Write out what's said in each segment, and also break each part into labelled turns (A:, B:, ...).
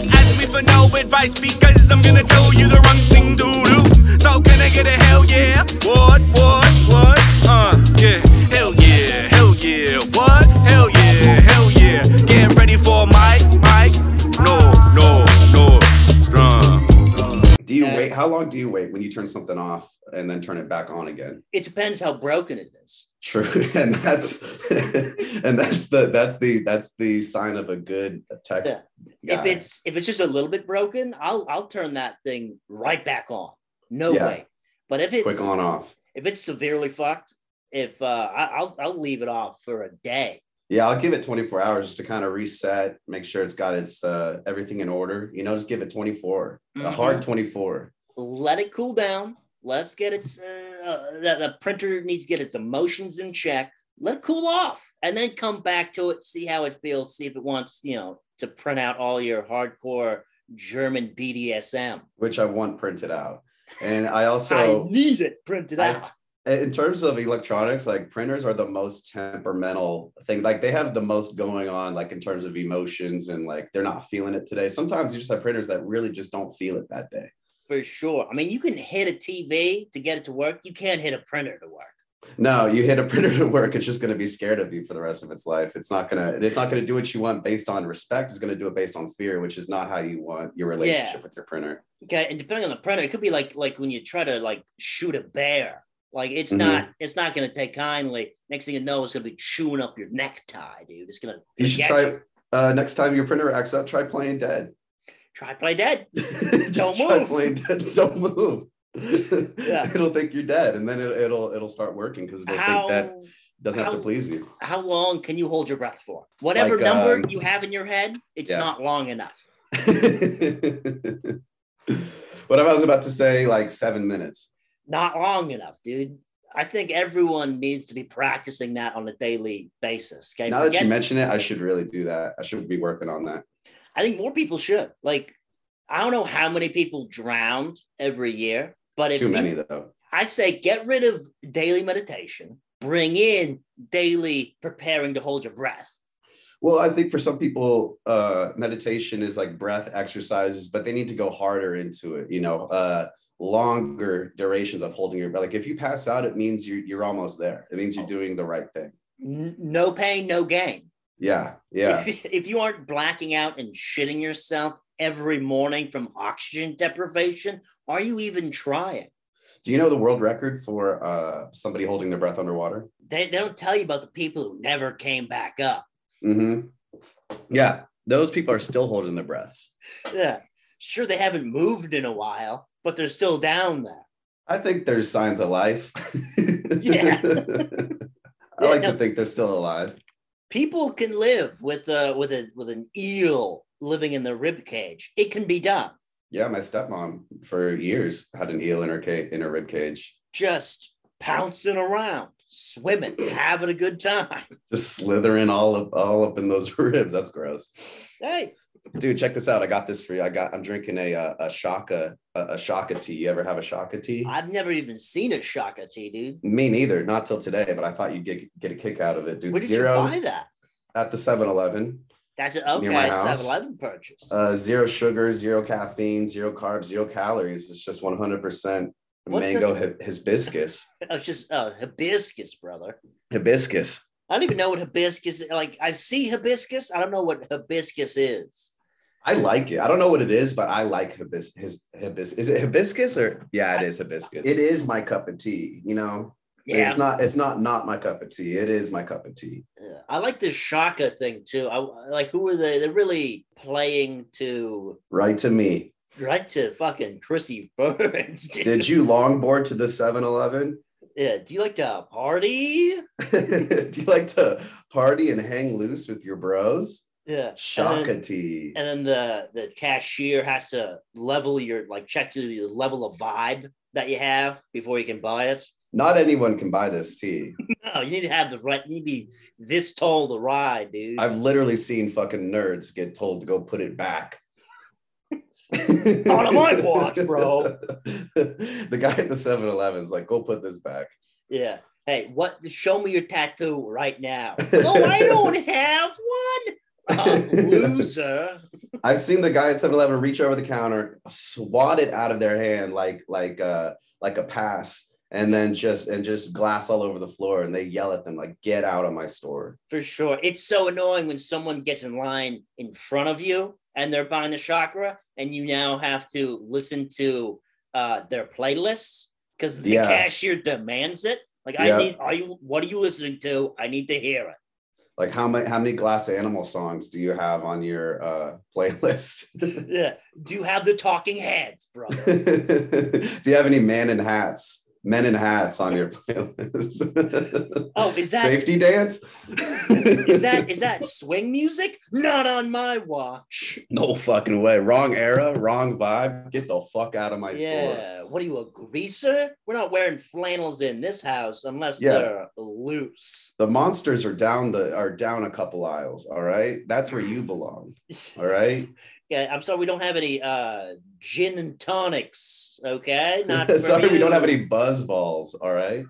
A: you no advice because I'm gonna tell you the wrong thing to do. So can I get a hell yeah? What, what, what? Uh, yeah. Hell yeah, hell yeah. What? Hell yeah, hell yeah. Get ready for my mic. No, no, no. Strong.
B: Do you
C: Yeah.
B: wait? How long do you wait when you turn something off and then turn it back on again?
C: It depends how broken it is.
B: True, and that's and that's the that's the that's the sign of a good tech.
C: Yeah.
B: guy.
C: If it's if it's just a little bit broken, I'll I'll turn that thing right back on. No
B: Yeah.
C: way. But if
B: quick
C: it's
B: on off.
C: if it's severely fucked, if uh, I, I'll I'll leave it off for a day.
B: Yeah, I'll give it 24 hours just to kind of reset, make sure it's got its uh, everything in order. You know, just give it 24, a
C: Mm-hmm.
B: hard 24.
C: Let it cool down. Let's get its uh, that the printer needs to get its emotions in check. Let it cool off, and then come back to it. See how it feels. See if it wants you know to print out all your hardcore German BDSM.
B: which I want printed out. And I
C: I
B: also,
C: need it printed
B: I-
C: out.
B: Uh, in terms of electronics, like printers are the most temperamental thing. Like they have the most going on, like in terms of emotions and like they're not feeling it today. Sometimes you just have printers that really just don't feel it that day.
C: For sure. I mean, you can hit a TV to get it to work. You can't hit a printer to work.
B: No, you hit a printer to work, it's just going to be scared of you for the rest of its life. It's not gonna, it's not gonna do what you want based on respect. It's gonna do it based on fear, which is not how you want your relationship with your printer.
C: Okay, and depending on the printer, it could be like like when you try to like shoot a bear. Like it's
B: Mhm.
C: not it's not gonna take kindly. Next thing you know, it's gonna be chewing up your necktie, dude. It's gonna
B: You should
C: get
B: try uh, next time your printer acts up, try playing dead.
C: try play dead.
B: Just
C: Don't
B: try
C: move.
B: playing dead. Don't move.
C: Yeah.
B: It'll think you're dead, and then it, it'll it'll start working because it'll
C: How
B: think that doesn't have to
C: how-
B: please you.
C: how long can you hold your breath for? Whatever
B: Like,
C: number
B: um,
C: you have in your head, it's
B: yeah.
C: not long enough.
B: what I was about to say, like seven minutes.
C: Not long enough, dude. I think everyone needs to be practicing that on a daily basis. Okay.
B: now that
C: Forget-
B: you mention it, I should really do that. I should be working on that.
C: I think more people should. Like, I don't know how many people drowned every year, but
B: it's too
C: if you-
B: many though.
C: I say get rid of daily meditation, bring in daily preparing to hold your breath.
B: Well, I think for some people, uh, meditation is like breath exercises, but they need to go harder into it. You know, uh, longer durations of holding your breath. Like if you pass out, it means you're you're almost there. It
C: Oh.
B: means you're doing the right thing.
C: N- no pain, no gain.
B: Yeah, yeah,
C: If, if you aren't blacking out and shitting yourself every morning from oxygen deprivation, are you even trying?
B: Do you know the world record for uh, somebody holding their breath underwater?
C: They, they don't tell you about the people who never came back up.
B: Mm-hmm. Yeah, those people are still holding their breaths.
C: Yeah. Sure, they haven't moved in a while, but they're still down there.
B: I think there's signs of life.
C: Yeah.
B: I like
C: Yeah.
B: to think they're still alive.
C: people can live with a with a with an eel living in the rib cage. It can be done.
B: Yeah, my stepmom for years had an eel in her ca- in her rib cage,
C: Just pouncing around, swimming, having a good time.
B: just slithering all up all up in those ribs. That's gross.
C: Hey,
B: Dude, check this out. I got this for you. I got. I'm drinking a uh, a shaka a, a shaka tea. You ever have a shaka tea?
C: I've never even seen a shaka tea, dude.
B: Me neither. Not till today, but I thought you'd get get a kick out of it, dude.
C: Where did
B: zero
C: you buy that?
B: at the 7-Eleven.
C: That's an
B: Near
C: okay
B: my house.
C: 7-Eleven purchase.
B: Uh, zero sugar, zero caffeine, zero carbs, zero calories. It's just one hundred percent
C: What
B: mango hi- hibiscus.
C: it's just uh, hibiscus, brother.
B: Hibiscus.
C: I don't even know what hibiscus like. I see hibiscus. I don't know what hibiscus is.
B: I like it. I don't know what it is, but I like hibis- his hibis. Is it hibiscus or yeah, it is hibiscus. It is my cup of tea. You know,
C: Yeah,
B: it's not. It's not not my cup of tea. It is my cup of tea.
C: Yeah, uh, I like this Shaka thing too. I I like who are they? They're really playing to
B: Right to me.
C: right to fucking Chrissy Burns. Dude.
B: Did you longboard to the 7-Eleven?
C: yeah, do you like to party?
B: Do you like to party and hang loose with your bros?
C: Yeah. And
B: Shaka
C: then,
B: tea.
C: and then the the cashier has to level your like check your level of vibe that you have before you can buy it.
B: Not anyone can buy this tea.
C: No, you need to have the right. You need to be this tall to ride, dude.
B: I've literally seen fucking nerds get told to go put it back.
C: Not
B: Not
C: on my watch, bro.
B: the guy at the 7 Eleven's like, go put this back.
C: Yeah. Hey, what? Show me your tattoo right now. oh, I don't have one. Oh, loser.
B: I've seen the guy at 7-Eleven reach over the counter, swat it out of their hand like like uh like a pass, and then just and just glass all over the floor, and they yell at them like, "Get out of my store!"
C: For sure. It's so annoying when someone gets in line in front of you and they're buying the chakra, and you now have to listen to uh, their playlists because the
B: Yeah.
C: cashier demands it. Like,
B: Yeah.
C: I need, are you, what are you listening to? I need to hear it.
B: Like how many how many glass animal songs do you have on your uh playlist?
C: Yeah. Do you have the talking heads, brother?
B: do you have any man in hats? Men in hats on your playlist.
C: Oh, is that is
B: safety dance?
C: that is that swing music? Not on my watch.
B: no fucking way? Wrong era, wrong vibe. Get the fuck out of my store.
C: Yeah. What are you, a greaser? We're not wearing flannels in this house unless
B: Yeah.
C: they're loose.
B: The monsters are down the are down a couple aisles. All right, that's where you belong. All right,
C: Yeah, I'm sorry, we don't have any uh gin and tonics. Okay. Not for
B: sorry we don't
C: you.
B: have any buzz balls. All right,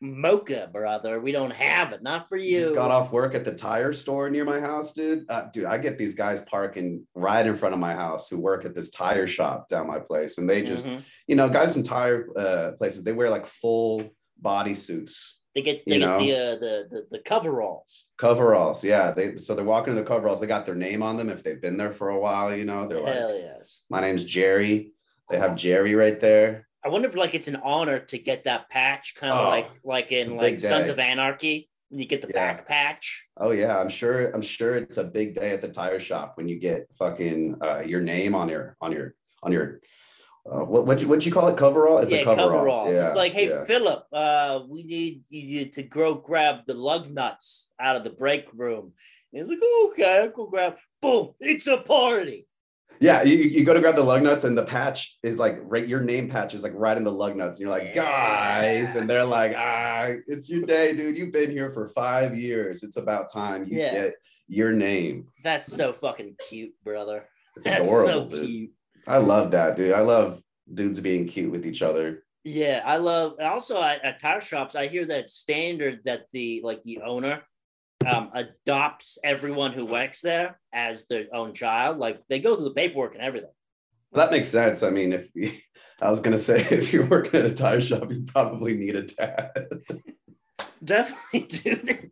C: mocha, brother. We don't have it. Not for
B: you
C: you.
B: just got off work at the tire store near my house, dude. Uh, dude, I get these guys parking right in front of my house who work at this tire shop down my place, and they just
C: Mhm.
B: you know guys in tire uh, places they wear like full body suits
C: they get
B: you
C: they get
B: know.
C: the, uh, the the the coveralls.
B: coveralls yeah they so they're walking in the coveralls they got their name on them if they've been there for a while you know they're like
C: Hell yes.
B: my name's jerry they have jerry right there
C: I wonder if like it's an honor to get that patch, kind of
B: Oh,
C: like like
B: it's a
C: in like
B: big
C: Sons
B: day.
C: of Anarchy when you get the
B: Yeah.
C: back patch.
B: oh yeah i'm sure i'm sure it's a big day at the tire shop when you get fucking uh, your name on your on your on your uh, what what you, what'd you call it coverall it's a coverall
C: coveralls.
B: Yeah,
C: it's like, hey
B: yeah.
C: Philip, uh, we need you to go grab the lug nuts out of the break room. And he's like, "Oh, okay, I'll go grab. Boom! It's a party.
B: yeah you, you go to grab the lug nuts and the patch is like right your name patch is like right in the lug nuts and you're like guys and they're like ah it's your day dude you've been here for five years it's about time you
C: Yeah.
B: get your name
C: That's so fucking cute, brother.
B: it's
C: That's
B: adorable
C: so
B: dude.
C: cute.
B: i love that dude i love dudes being cute with each other
C: Yeah, I love. and Also, at, at tire shops, I hear that standard that the like the owner um, adopts everyone who works there as their own child. Like they go through the paperwork and everything.
B: that makes sense i mean if i was gonna say if you're working at a tire shop you probably need a dad
C: Definitely, dude.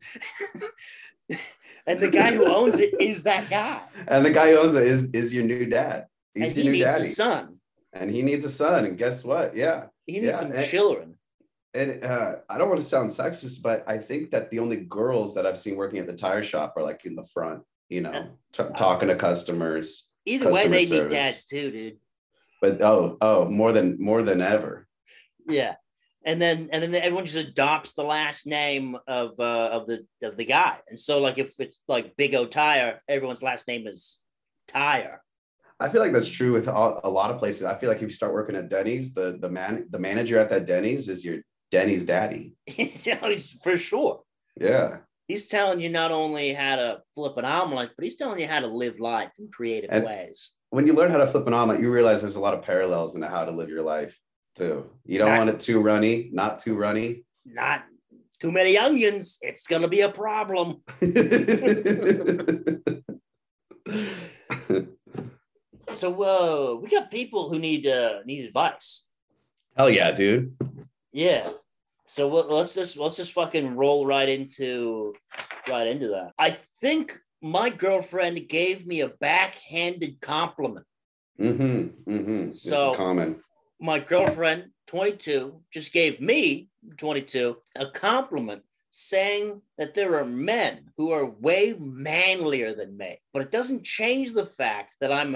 C: and the guy who owns it is that guy,
B: and the guy who owns it is is your new dad he's
C: and
B: your
C: he
B: new
C: needs
B: daddy
C: a son.
B: and he needs a son and guess what yeah
C: He needs
B: Yeah,
C: some
B: and-
C: children.
B: and uh, I don't want to sound sexist, but I think that the only girls that I've seen working at the tire shop are like in the front, you know, t- talking to customers.
C: Either way,
B: customer
C: they
B: service.
C: need dads too, dude.
B: But oh, oh, more than more than ever.
C: Yeah. And then and then everyone just adopts the last name of uh, of the of the guy. And so like if it's like Big O Tire, everyone's last name is Tire.
B: I feel like that's true with all, a lot of places. I feel like if you start working at Denny's, the the man the manager at that Denny's is your Denny's daddy.
C: You know, he's for sure.
B: Yeah,
C: He's telling you not only how to flip an omelet, but he's telling you how to live life in creative
B: And-
C: ways.
B: when you learn how to flip an omelet, you realize there's a lot of parallels in how to live your life too. You don't
C: Right.
B: want it too runny, not too runny.
C: Not too many onions, it's gonna be a problem. So whoa, we got people who need uh, need advice.
B: Hell yeah, dude.
C: Yeah. So we'll, let's just let's just fucking roll right into right into that. I think my girlfriend gave me a backhanded compliment.
B: Mm-hmm. Mm-hmm.
C: So-
B: it's common.
C: My girlfriend, 22, just gave me 22 a compliment saying that there are men who are way manlier than me, but it doesn't change the fact that I'm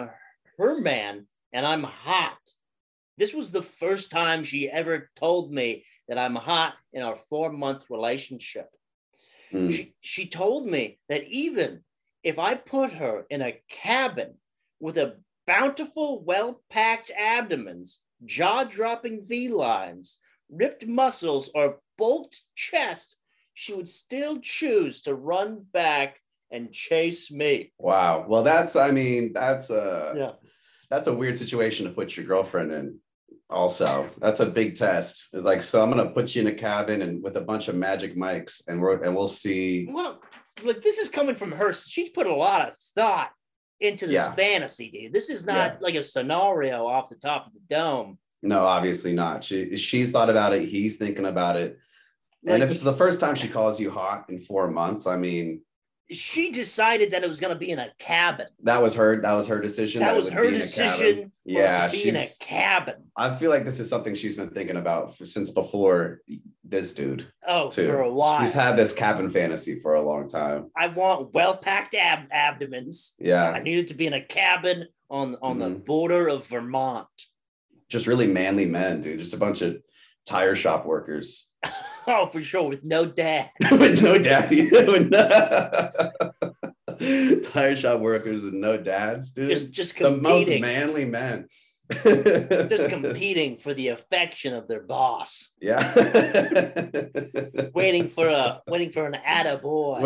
C: her man and I'm hot. This was the first time she ever told me that I'm hot in our four month relationship.
B: Mm.
C: She, she told me that even if I put her in a cabin with a bountiful, well packed abdomens, jaw dropping V lines, ripped muscles, or bulked chest, she would still choose to run back and chase me.
B: Wow. Well, that's I mean, that's a
C: Yeah.
B: that's a weird situation to put your girlfriend in. also that's a big test it's like so i'm gonna put you in a cabin and with a bunch of magic mics and we're and we'll see
C: Well, like this is coming from her. She's put a lot of thought into this
B: Yeah.
C: fantasy, dude. This is not like a scenario off the top of the dome.
B: no obviously not she she's thought about it he's thinking about it and
C: Like-
B: if it's the first time she calls you hot in four months i mean
C: She decided that it was going to be in a cabin.
B: that was her that was her decision
C: that
B: it
C: was
B: would
C: her
B: be in a cabin.
C: decision. for it
B: yeah
C: to be in a
B: she's-
C: cabin.
B: i feel like this is something she's been thinking about for, since before this dude
C: Oh,
B: too
C: for a while.
B: she's had this cabin fantasy for a long time
C: I want well-packed ab- abdomens. I
B: yeah
C: needed to be in a cabin on on the
B: Mhm.
C: border of Vermont.
B: just really manly men dude just a bunch of tire shop workers
C: Oh, for sure, with no dad.
B: with no daddy. with no- Tire shop workers with no dads, dude.
C: just just
B: the most
C: competing,
B: manly men.
C: just
B: Just
C: competing for the affection of their boss,
B: Yeah.
C: waiting for a waiting for an attaboy.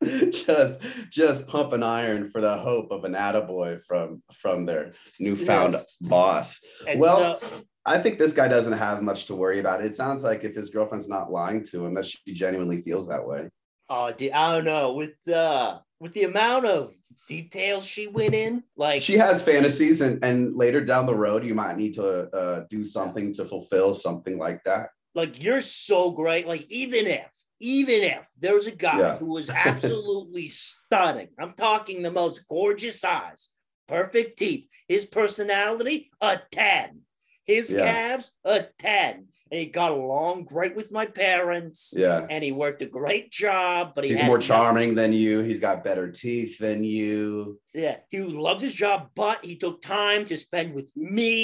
B: Wait. just just pumping iron for the hope of an attaboy from from their newfound boss.
C: and
B: well-
C: so
B: I think this guy doesn't have much to worry about. It sounds like if his girlfriend's not lying to him, that she genuinely feels that way.
C: oh, dude, I don't know with uh with the amount of details she went in, like
B: she has fantasies and and later down the road you might need to uh, do something to fulfill something like that
C: like you're so great. Like even if, even if there was a guy
B: Yeah.
C: who was absolutely stunning, I'm talking the most gorgeous eyes, perfect teeth, his personality a ten, his
B: Yeah.
C: calves a ten, and he got along great with my parents,
B: yeah
C: and he worked a great job. But he
B: he's
C: had
B: more
C: no-
B: charming than you he's got better teeth than you
C: Yeah, he loved his job, but he took time to spend with me.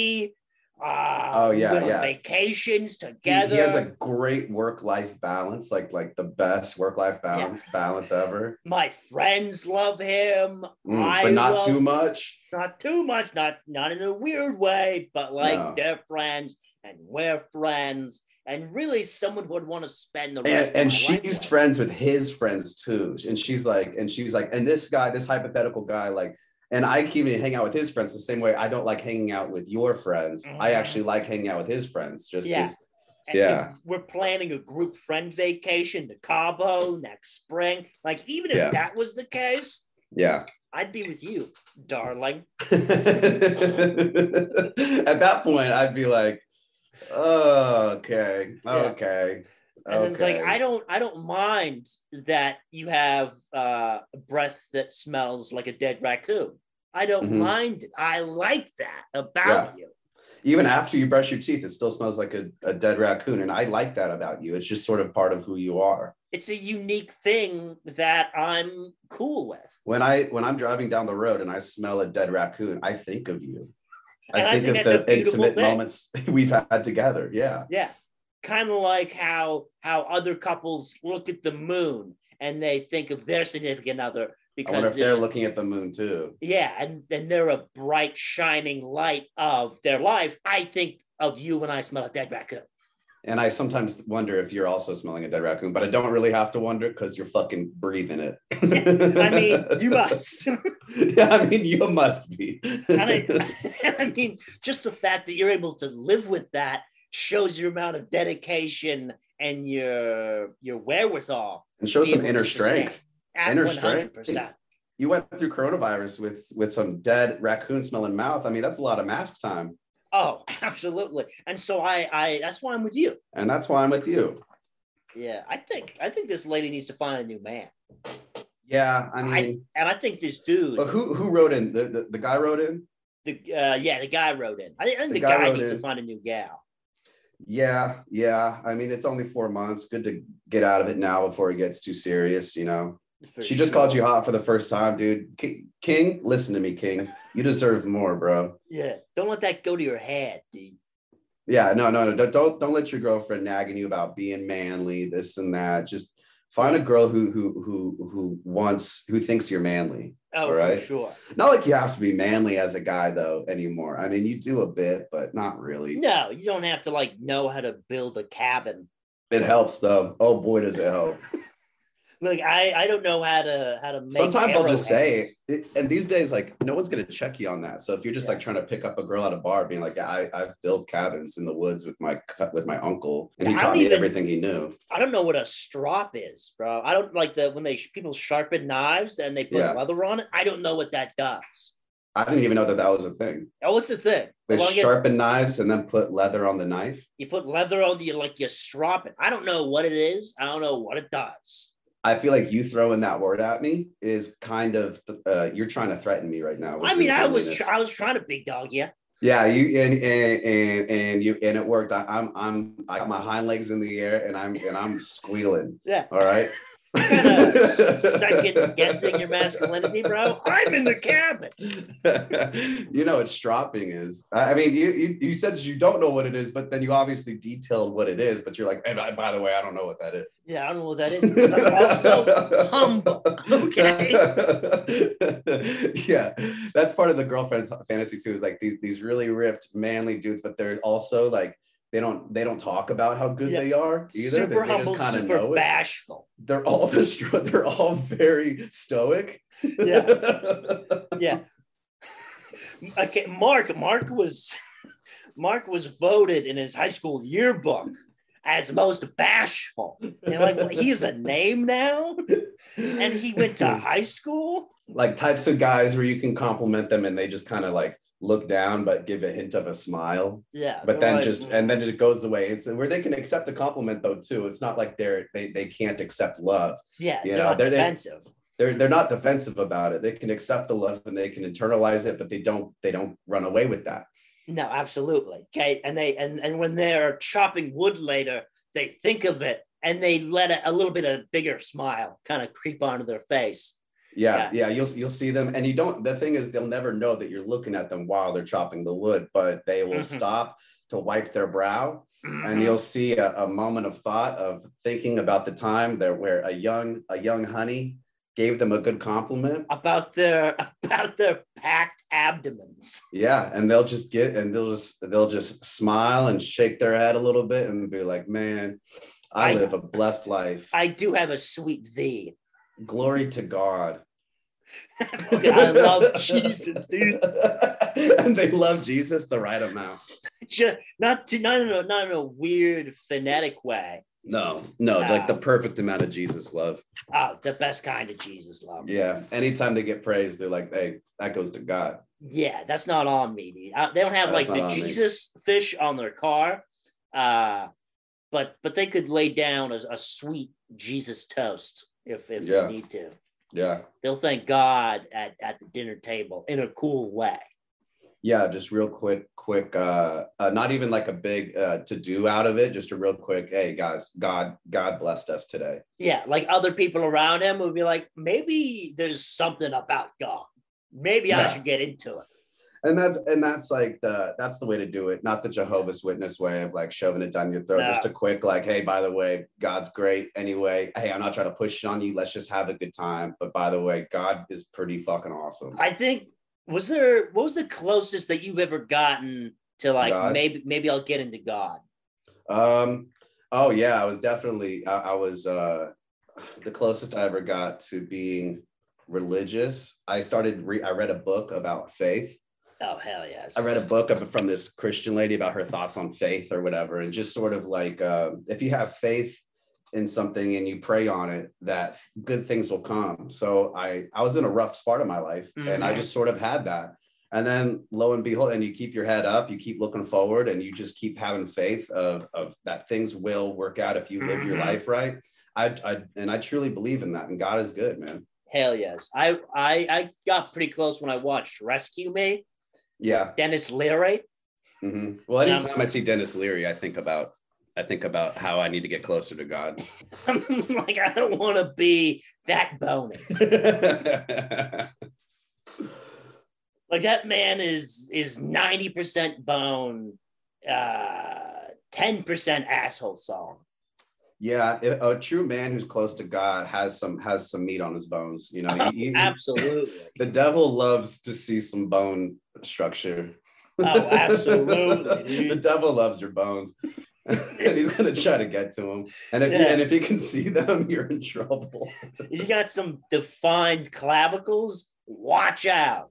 C: Uh,
B: Oh,
C: we
B: yeah,
C: went on
B: yeah.
C: vacations
B: he,
C: together.
B: he has a great work-life balance like like the best work-life balance, balance ever
C: my friends love him.
B: Mm,
C: I
B: but not
C: love-
B: too much
C: not too much, not not in a weird way, but like
B: No.
C: they're friends and we're friends, and really someone would want to spend the rest.
B: and, and
C: of my life
B: she's
C: with.
B: friends with his friends too and she's like and she's like and this guy this hypothetical guy like and i keep even hang out with his friends the same way i don't like hanging out with your friends i
C: Mhm.
B: actually like hanging out with his friends just
C: Yeah.
B: this
C: And
B: yeah.
C: if we're planning a group friend vacation to Cabo next spring. Like even if
B: Yeah.
C: that was the case,
B: yeah
C: I'd be with you, darling.
B: at that point i'd be like oh, okay
C: Yeah.
B: okay
C: And it's like I don't, I don't mind that you have uh, a breath that smells like a dead raccoon. I don't
B: Mhm.
C: mind it. I like that about you.
B: even after you brush your teeth it still smells like a, a dead raccoon and i like that about you it's just sort of part of who you are
C: it's a unique thing that I'm cool with.
B: when I when I'm driving down the road and I smell a dead raccoon, I think of you. I
C: And I
B: think,
C: think that's
B: of
C: a
B: the
C: beautiful
B: intimate
C: thing.
B: moments we've had together. Yeah.
C: Yeah. Kind of like how how other couples look at the moon and they think of their significant other
B: I wonder if
C: because
B: they're
C: they're
B: looking at the moon too.
C: yeah, and then they're a bright shining light of their life. I think of you when I smell a dead raccoon.
B: And I sometimes wonder if you're also smelling a dead raccoon, but I don't really have to wonder because you're fucking breathing it.
C: I mean, you must. and
B: yeah, I mean, you must be.
C: I, I mean, just the fact that you're able to live with that shows your amount of dedication and your your wherewithal
B: and show
C: be
B: some
C: able to
B: inner
C: sustain.
B: strength.
C: at
B: Inner
C: 100%.
B: strength. You went through coronavirus with with some dead raccoon smelling mouth. I mean, that's a lot of mask time.
C: Oh, absolutely. And so I, I that's why I'm with you.
B: And that's why I'm with you.
C: Yeah, I think I think this lady needs to find a new man,
B: Yeah, I mean,
C: I- and I think this dude,
B: But who who wrote in? The, the, the guy wrote in?
C: the uh, yeah, the guy wrote in. I think, I think the,
B: The guy
C: guy,
B: wrote
C: needs to
B: in.
C: find a new gal.
B: Yeah, yeah. I mean, it's only four months. Good to get out of it now before it gets too serious, you know.
C: for
B: she just
C: sure.
B: called you hot for the first time, dude. Ki- King, listen to me, King. You deserve more, bro.
C: Yeah, don't let that go to your head, dude.
B: Yeah, no, no, no. Don't don't, don't let your girlfriend nagging you about being manly, this and that. Just find a girl who who who who wants who thinks you're manly.
C: Oh,
B: All right.
C: for sure.
B: Not like you have to be manly as a guy though anymore. I mean, you do a bit, but not really.
C: No, you don't have to like know how to build a cabin.
B: It helps though. Oh boy, does it help.
C: Like I, I don't know how to how to make.
B: Sometimes I'll just say,
C: arrowheads.
B: it- and these days, like no one's gonna check you on that. So if you're just like trying to pick up a girl at a bar, being like, yeah, I, I've built cabins in the woods with my cu- with my uncle, and he
C: Yeah, I
B: taught
C: don't
B: me
C: even-
B: everything he knew.
C: I don't know what a strop is, bro. I don't like the when they people sharpen knives and they put
B: Yeah.
C: leather on it. I don't know what that does.
B: I didn't even know that that was a thing.
C: Oh, what's the thing?
B: They
C: The longest-
B: sharpen knives and then put leather on the knife.
C: you put leather on the like you strop it. I don't know what it is. I don't know what it does.
B: I feel like you throwing that word at me is kind of uh, you're trying to threaten me right now. with
C: I mean,
B: your
C: I was
B: friendliness.
C: tr- I was trying to big dog you.
B: Yeah, you and and and, and you and it worked. I, I'm I'm I got my hind legs in the air and I'm and I'm squealing.
C: Yeah.
B: All right.
C: Kind of second guessing your masculinity, bro. I'm in the cabin.
B: you know what stropping is. I I mean, you, you you said you don't know what it is, but then you obviously detailed what it is. But you're like, and I, by the way, I don't know what that is.
C: Yeah, I don't know what that is because I'm also humble. Okay.
B: yeah, that's part of the girlfriend's fantasy too. Is like these these really ripped, manly dudes, but they're also like they don't they don't talk about how good
C: Yeah.
B: they are either.
C: super
B: they, they
C: humble,
B: just kind of
C: super
B: know it.
C: bashful.
B: They're all the stro- they're all very stoic. Yeah.
C: Yeah. okay, Mark. Mark was Mark was voted in his high school yearbook as most bashful. And like well, he is a name now, and he went to high school.
B: like types of guys where you can compliment them and they just kind of like look down but give a hint of a smile
C: Yeah,
B: but then
C: like,
B: just and then it goes away it's where they can accept a compliment though too it's not like they're they, they can't accept love
C: yeah,
B: you
C: they're
B: know,
C: not
B: they're- they're-
C: defensive.
B: they're they're not defensive about it they can accept the love and they can internalize it but they don't they don't run away with that
C: No, absolutely. Okay, and they and and when they're chopping wood later, they think of it and they let a, a little bit of bigger smile kind of creep onto their face.
B: yeah, yeah you'll you'll see them and you don't the thing is they'll never know that you're looking at them while they're chopping the wood but they will
C: Mhm.
B: stop to wipe their brow and
C: Mhm.
B: you'll see a, a moment of thought of thinking about the time there where a young a young honey gave them a good compliment
C: about their about their packed abdomens.
B: yeah and they'll just get and they'll just they'll just smile and shake their head a little bit and be like man i,
C: I-
B: live a blessed life
C: I do have a sweet V.
B: glory to god
C: Okay, I love Jesus, dude.
B: and they love jesus the right amount
C: Just, not to not in a not in a weird phonetic way.
B: no no
C: Ah.
B: like the perfect amount of jesus love
C: Oh, the best kind of Jesus love.
B: yeah anytime they get praised they're like hey that goes to god
C: Yeah, that's not on me, dude. Uh, they don't have
B: That's
C: like the
B: not on me.
C: Jesus fish on their car, uh, but but they could lay down as a sweet Jesus toast if if
B: Yeah.
C: they need to.
B: yeah
C: They'll thank God at at the dinner table in a cool way.
B: Yeah, just real quick, quick, uh, uh not even like a big uh to do out of it, just a real quick, hey guys, God, God blessed us today.
C: Yeah, like other people around him would be like, maybe there's something about God. Maybe I
B: Yeah.
C: should get into it.
B: And that's and that's like the that's the way to do it, not the Jehovah's Witness way of like shoving it down your throat.
C: No.
B: Just a quick, like, hey, by the way, God's great anyway. Hey, I'm not trying to push it on you, let's just have a good time. But by the way, God is pretty fucking awesome.
C: I think was there what was the closest that you've ever gotten to like
B: God?
C: maybe maybe I'll get into God.
B: Um, oh yeah, I was definitely I, I was uh the closest I ever got to being religious. I started re- I read a book about faith.
C: Oh hell yes.
B: I read a book up from this Christian lady about her thoughts on faith or whatever, and just sort of like uh, if you have faith in something and you pray on it, that good things will come. So I I was in a rough part of my life, and I
C: Mhm.
B: just sort of had that. And then lo and behold, and you keep your head up, you keep looking forward, and you just keep having faith of, of that things will work out if you live your
C: Mhm.
B: life right. I, I and I truly believe in that, and God is good, man.
C: Hell yes. I I I got pretty close when I watched Rescue Me,
B: Yeah.
C: Dennis Leary.
B: Mhm. Well,
C: Yeah.
B: anytime I see Dennis Leary, I think about I think about how I need to get closer to God.
C: I'm like, I don't want to be that bony. Like that man is is 90% bone, uh 10% asshole song.
B: yeah, a a true man who's close to God has some has some meat on his bones. You know, He- he-
C: Absolutely.
B: the devil loves to see some bone structure.
C: Oh, absolutely, dude.
B: the devil loves your bones. and he's gonna try to get to him. And if
C: Yeah.
B: and if he can see them, you're in trouble.
C: You got some defined clavicles. Watch out.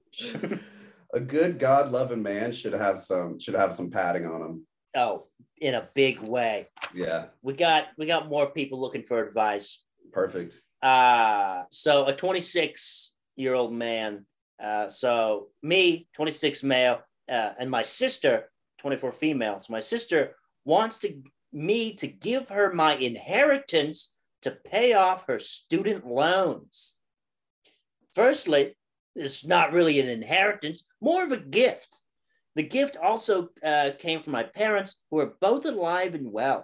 B: A good God loving man should have some should have some padding on him.
C: Oh, in a big way.
B: Yeah,
C: We got we got more people looking for advice.
B: perfect.
C: Uh so a 26 year old man. Uh, so me, 26 male, uh, and my sister, 24 female. So my sister wants to me to give her my inheritance to pay off her student loans. Firstly, it's not really an inheritance, more of a gift. The gift also uh, came from my parents, who are both alive and well.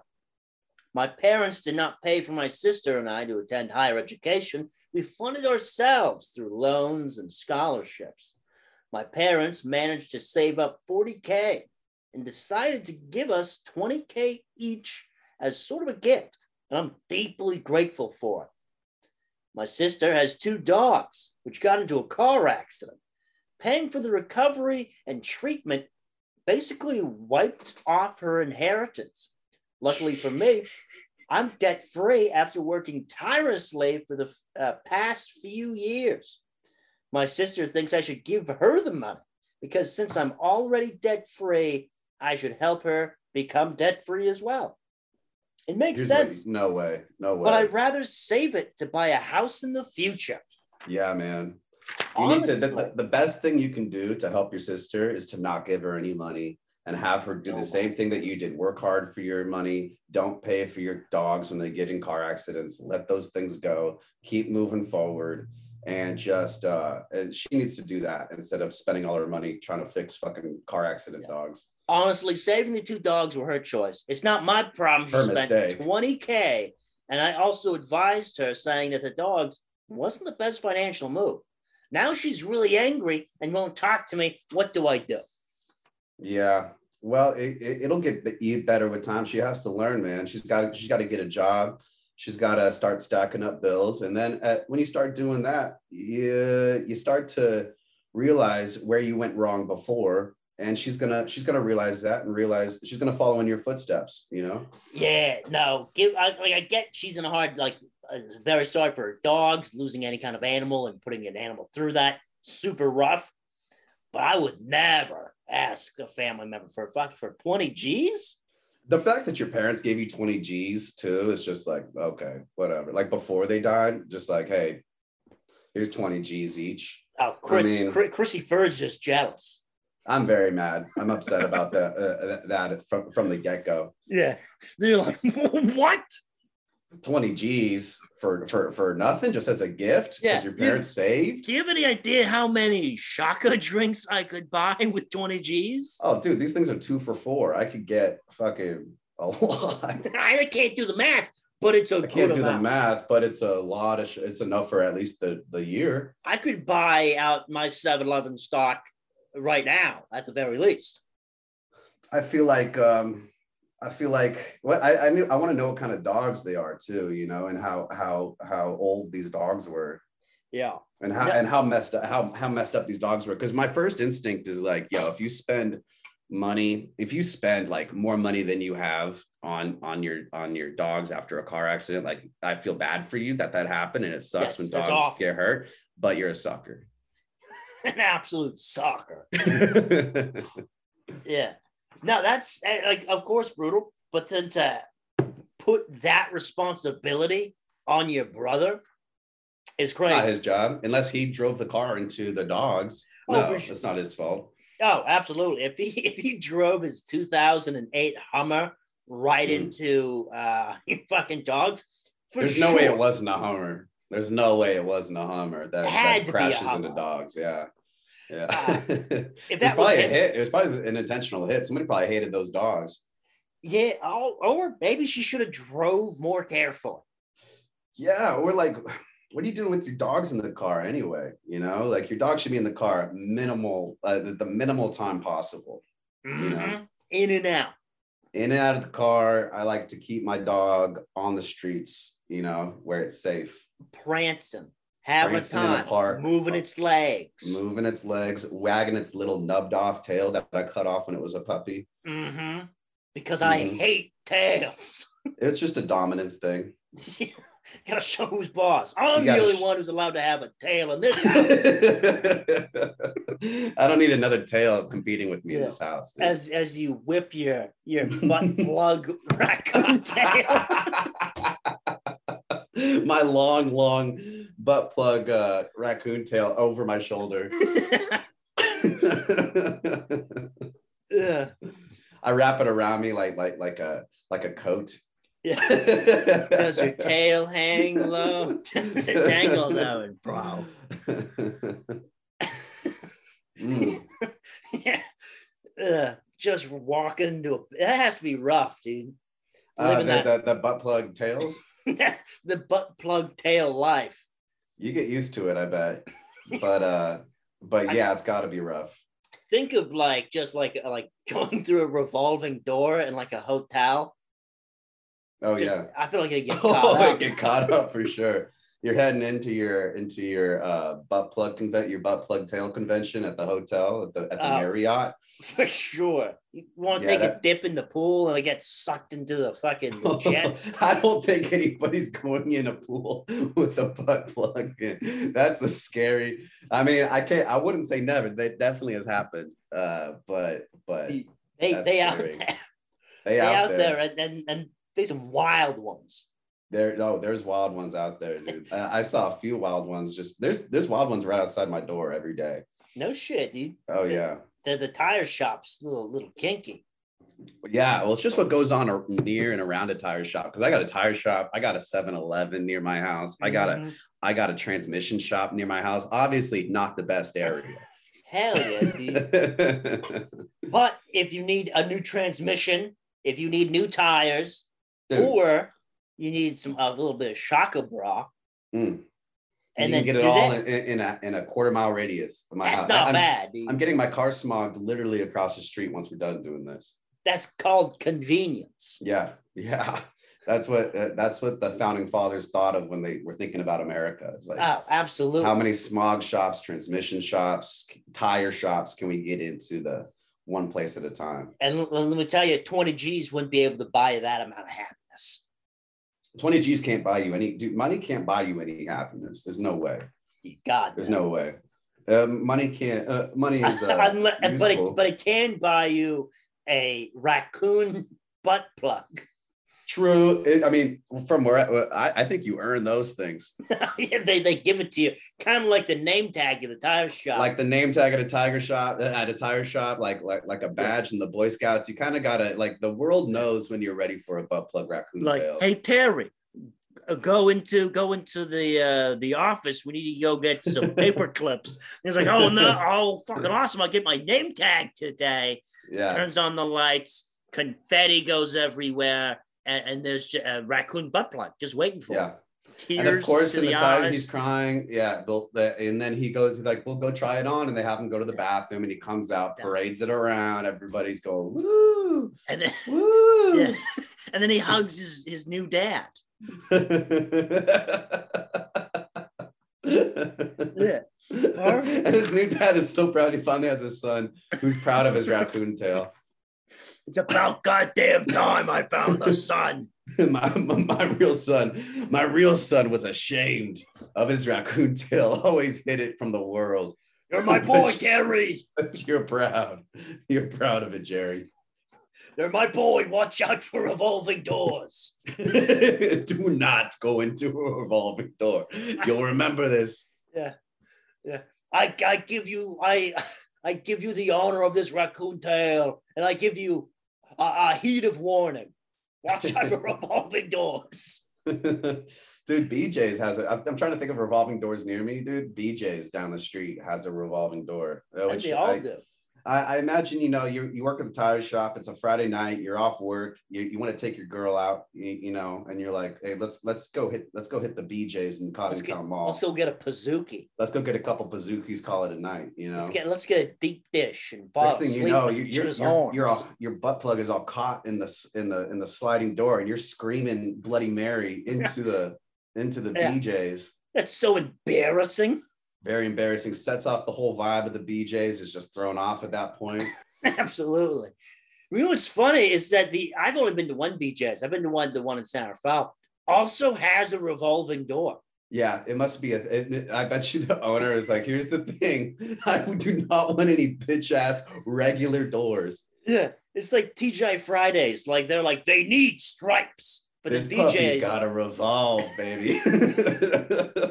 C: My parents did not pay for my sister and I to attend higher education. We funded ourselves through loans and scholarships. My parents managed to save up 40K and decided to give us 20K each as sort of a gift, and I'm deeply grateful for it. My sister has two dogs, which got into a car accident. Paying for the recovery and treatment basically wiped off her inheritance. Luckily for me, I'm debt free after working tirelessly for the uh, past few years. My sister thinks I should give her the money because since I'm already debt free, I should help her become debt free as well. It makes
B: Here's what-
C: sense,
B: no way. No way.
C: but I'd rather save it to buy a house in the future.
B: yeah, man. You need to,
C: Honestly,
B: the, the- the best thing you can do to help your sister is to not give her any money and have her do
C: No.
B: the same thing that you did work hard for your money don't pay for your dogs when they get in car accidents let those things go keep moving forward and just uh and she needs to do that instead of spending all her money trying to fix fucking car accident
C: Yeah.
B: dogs
C: honestly, saving the two dogs were her choice. It's not my problem. She
B: Her
C: spent
B: mistake.
C: twenty k, and I also advised her, saying that the dogs wasn't the best financial move. Now she's really angry and won't talk to me. What do I do?
B: Yeah. Well, it, it, it'll get be- e- better with time. She has to learn, man. She's got she's got to get a job. She's got to start stacking up bills, and then uh when you start doing that, you you start to realize where you went wrong before. And she's gonna she's gonna realize that and realize she's gonna follow in your footsteps. You know.
C: Yeah, no, give. I, like I get she's in a hard like. uh, very sorry for her dogs losing any kind of animal and putting an animal through that. Super rough. But I would never ask a family member for fuck for twenty G's.
B: the fact that your parents gave you 20 G's too is just like, okay, whatever. Like before they died, just like, hey, here's 20 G's each.
C: Oh, Chris,
B: mean-
C: Chris Chrissy Fur's just jealous.
B: I'm very mad. I'm upset about that uh, that from, from the get go.
C: Yeah. They're like, what?
B: 20 G's for for for nothing, just as a gift because
C: Yeah.
B: your parents saved.
C: Do you have any idea how many Shaka drinks I could buy with 20 G's?
B: Oh, dude, these things are two for four. I could get fucking a lot.
C: I can't do the math, but it's a
B: I
C: good
B: can't do the
C: amount.
B: math, but it's a lot of. Sh- it's enough for at least the the year.
C: I could buy out my 7 Eleven stock right now, at the very least.
B: I feel like um, I feel like what I I, knew, I want to know what kind of dogs they are too, you know, and how how how old these dogs were.
C: Yeah.
B: and how
C: No.
B: and how messed up how how messed up these dogs were because my first instinct is like yo if you spend money if you spend like more money than you have on on your on your dogs after a car accident like i feel bad for you that that happened and it
C: Yes,
B: sucks when
C: that's
B: dogs
C: awful.
B: get hurt but you're a sucker
C: An absolute soccer. Yeah. No, that's eh, like, of course, brutal, but then to put that responsibility on your brother is crazy.
B: not his job unless he drove the car into the dogs
C: Oh,
B: no
C: for sure.
B: it's not his fault
C: Oh, absolutely. If he if he drove his 2008 Hummer right
B: Mm.
C: into uh fucking dogs, for
B: there's no way
C: sure.
B: it wasn't a hummer there's no way it wasn't a hummer that,
C: It
B: that
C: had to be a
B: crashes into
C: Hummer. Ah.
B: dogs yeah yeah
C: If
B: It was
C: that was
B: probably a
C: him-
B: hit. It was probably an intentional hit. Somebody probably hated those dogs.
C: yeah, oh, or maybe she should have drove more careful.
B: Yeah, or like, what are you doing with your dogs in the car anyway? You know, like your dog should be in the car minimal, uh, the, the minimal time possible. know.
C: Mhm. In and out.
B: In and out of the car. I like to keep my dog on the streets. You know, where it's safe,
C: Prancing. Having a
B: Prancing in the
C: time.
B: park.
C: Moving its legs.
B: moving its legs, wagging its little nubbed off tail that I cut off when it was a puppy.
C: hmm Because I
B: Mhm.
C: hate tails.
B: It's just a dominance thing.
C: Gotta show who's boss. I'm
B: You
C: the
B: gotta
C: only
B: sh-
C: one who's allowed to have a tail in this house.
B: I don't need another tail competing with me in
C: Yeah.
B: this house. dude.
C: as as you whip your your butt plug raccoon tail.
B: my long, long butt plug uh, raccoon tail over my shoulder.
C: yeah.
B: I wrap it around me like like like a like a coat.
C: yeah. Does your
B: Dangle
C: tail hang low? Does it dangle low and proud?
B: Mm.
C: yeah. Ugh. Just walking into a that has to be rough, dude.
B: Uh,
C: Living
B: that, that that butt plug tails.
C: the butt plug tail life.
B: You get used to it, I bet. But uh, but yeah, it's got to be rough.
C: Think of like just like uh, like going through a revolving door in like a hotel.
B: Oh
C: just
B: yeah.
C: I feel like I get caught
B: Oh, I
C: up.
B: get caught up for sure. You're heading into your into your uh, butt plug convent your butt plug tail convention at the hotel at the at the
C: Uh,
B: Marriott.
C: For sure. You want to
B: Yeah,
C: take a
B: that-
C: dip in the pool and I get sucked into the fucking jets.
B: I don't think anybody's going in a pool with a butt plug in. That's a scary. I mean, I can't. I wouldn't say never. That definitely has happened. Uh, but but
C: They they
B: That's
C: out
B: scary.
C: there.
B: they
C: They
B: out, there.
C: and, and and there's some wild ones.
B: There, no, there's wild ones out there, dude. Uh, I saw a few wild ones. Just there's there's wild ones right outside my door every day.
C: No shit, dude.
B: Oh yeah,
C: The the tire shop's a little little kinky.
B: yeah. Well, it's just what goes on ar- near and around a tire shop. Because I got a tire shop. I got a 7-Eleven near my house. I got a
C: Mhm.
B: I got a transmission shop near my house. Obviously, not the best area.
C: hell yes, dude. but if you need a new transmission, if you need new tires,
B: Dude,
C: or you need some a little bit of shocker bra,
B: mm.
C: and
B: you
C: then
B: can get it
C: do
B: all
C: that.
B: in, in a in a quarter mile radius. Of my
C: that's
B: house.
C: not
B: I'm,
C: bad. Dude.
B: I'm getting my car smogged literally across the street once we're done doing this.
C: that's called convenience.
B: Yeah, yeah. That's what uh, that's what the founding fathers thought of when they were thinking about America. It's like
C: Oh, absolutely.
B: how many smog shops, transmission shops, tire shops can we get into the one place at a time?
C: and l- let me tell you, 20 G's wouldn't be able to buy you that amount of happiness.
B: Twenty G's can't buy you any. Dude, money can't buy you any happiness. There's no way.
C: God,
B: There's no way. Uh, money can't. Uh, money is. Uh,
C: Unle- and- but
B: useful.
C: it, but it can buy you a raccoon butt plug.
B: True. It- I mean, from where I, I- I think you earn those things,
C: Yeah, they they give it to you, kind of like the name tag of the tire shop.
B: like the name tag at a tiger shop, uh, at a tire shop, like like like a badge in the Boy Scouts. You kind of gotta like the world knows when you're ready for a butt plug raccoon
C: like
B: tail.
C: hey Terry, uh, go into go into the uh, the office. We need to go get some paper clips. And it's like oh no, oh fucking awesome! I get my name tag today.
B: yeah,
C: turns on the lights, confetti goes everywhere, and, and there's ju- a raccoon butt plug just waiting for
B: yeah.
C: him. Tears
B: and of course,
C: to
B: in
C: the,
B: the, tire, he's
C: eyes.
B: crying. Yeah, Bill, the- and then he goes. He's like, "Well, go try it on," and they have him go to the bathroom, and he comes out,
C: Yeah.
B: parades it around. Everybody's going, "Woo,
C: And then,
B: woo!"
C: yeah. and then he hugs his, his new dad. Yeah.
B: and his new dad is so proud. He finally has a son who's proud of his raccoon tail.
C: It's about goddamn time I found the sun.
B: my, my, my real son, my real son was ashamed of his raccoon tail. Always hid it from the world.
C: You're my boy, Terry.
B: But You're proud. You're proud of it, Jerry.
C: You're my boy. Watch out for revolving doors.
B: Do not go into a revolving door. You'll remember this.
C: I, I give you I I give you the honor of this raccoon tail, and I give you a, a heed of warning. Watch out for revolving doors.
B: dude, BJ's has a. I'm, I'm trying to think of revolving doors near me, dude. BJ's down the street has a revolving door. uh,
C: And
B: which
C: they all
B: I,
C: do.
B: I, I imagine, you know, you you work at the tire shop. It's a Friday night. You're off work. You, you want to take your girl out, you, you know, and you're like, hey, let's let's go hit let's go hit the BJ's in Cotton
C: get-
B: Town Mall.
C: Let's go get a pazookie.
B: let's go get a couple bazookies. Call it a night. You know.
C: Let's get let's get a deep dish and fall
B: Next thing
C: asleep
B: you know,
C: and
B: you,
C: chew
B: you're,
C: his
B: you're, you're
C: horns.
B: all, your butt plug is all caught in the s- in the in the sliding door, and you're screaming Bloody Mary into the into the
C: Yeah.
B: BJ's.
C: That's so embarrassing.
B: Very embarrassing. Sets off the whole vibe of the BJ's is just thrown off at that point.
C: Absolutely. You know what's funny is that the I've only been to one BJ's. I've been to one the one in San Rafael. Also has a revolving door.
B: Yeah, it must be a. It, I bet you the owner is like, here's the thing, I do not want any bitch ass regular doors.
C: Yeah, it's like TJ Fridays. Like they're like they need stripes, but
B: this
C: the
B: puppy's
C: BJ's
B: gotta revolve, baby.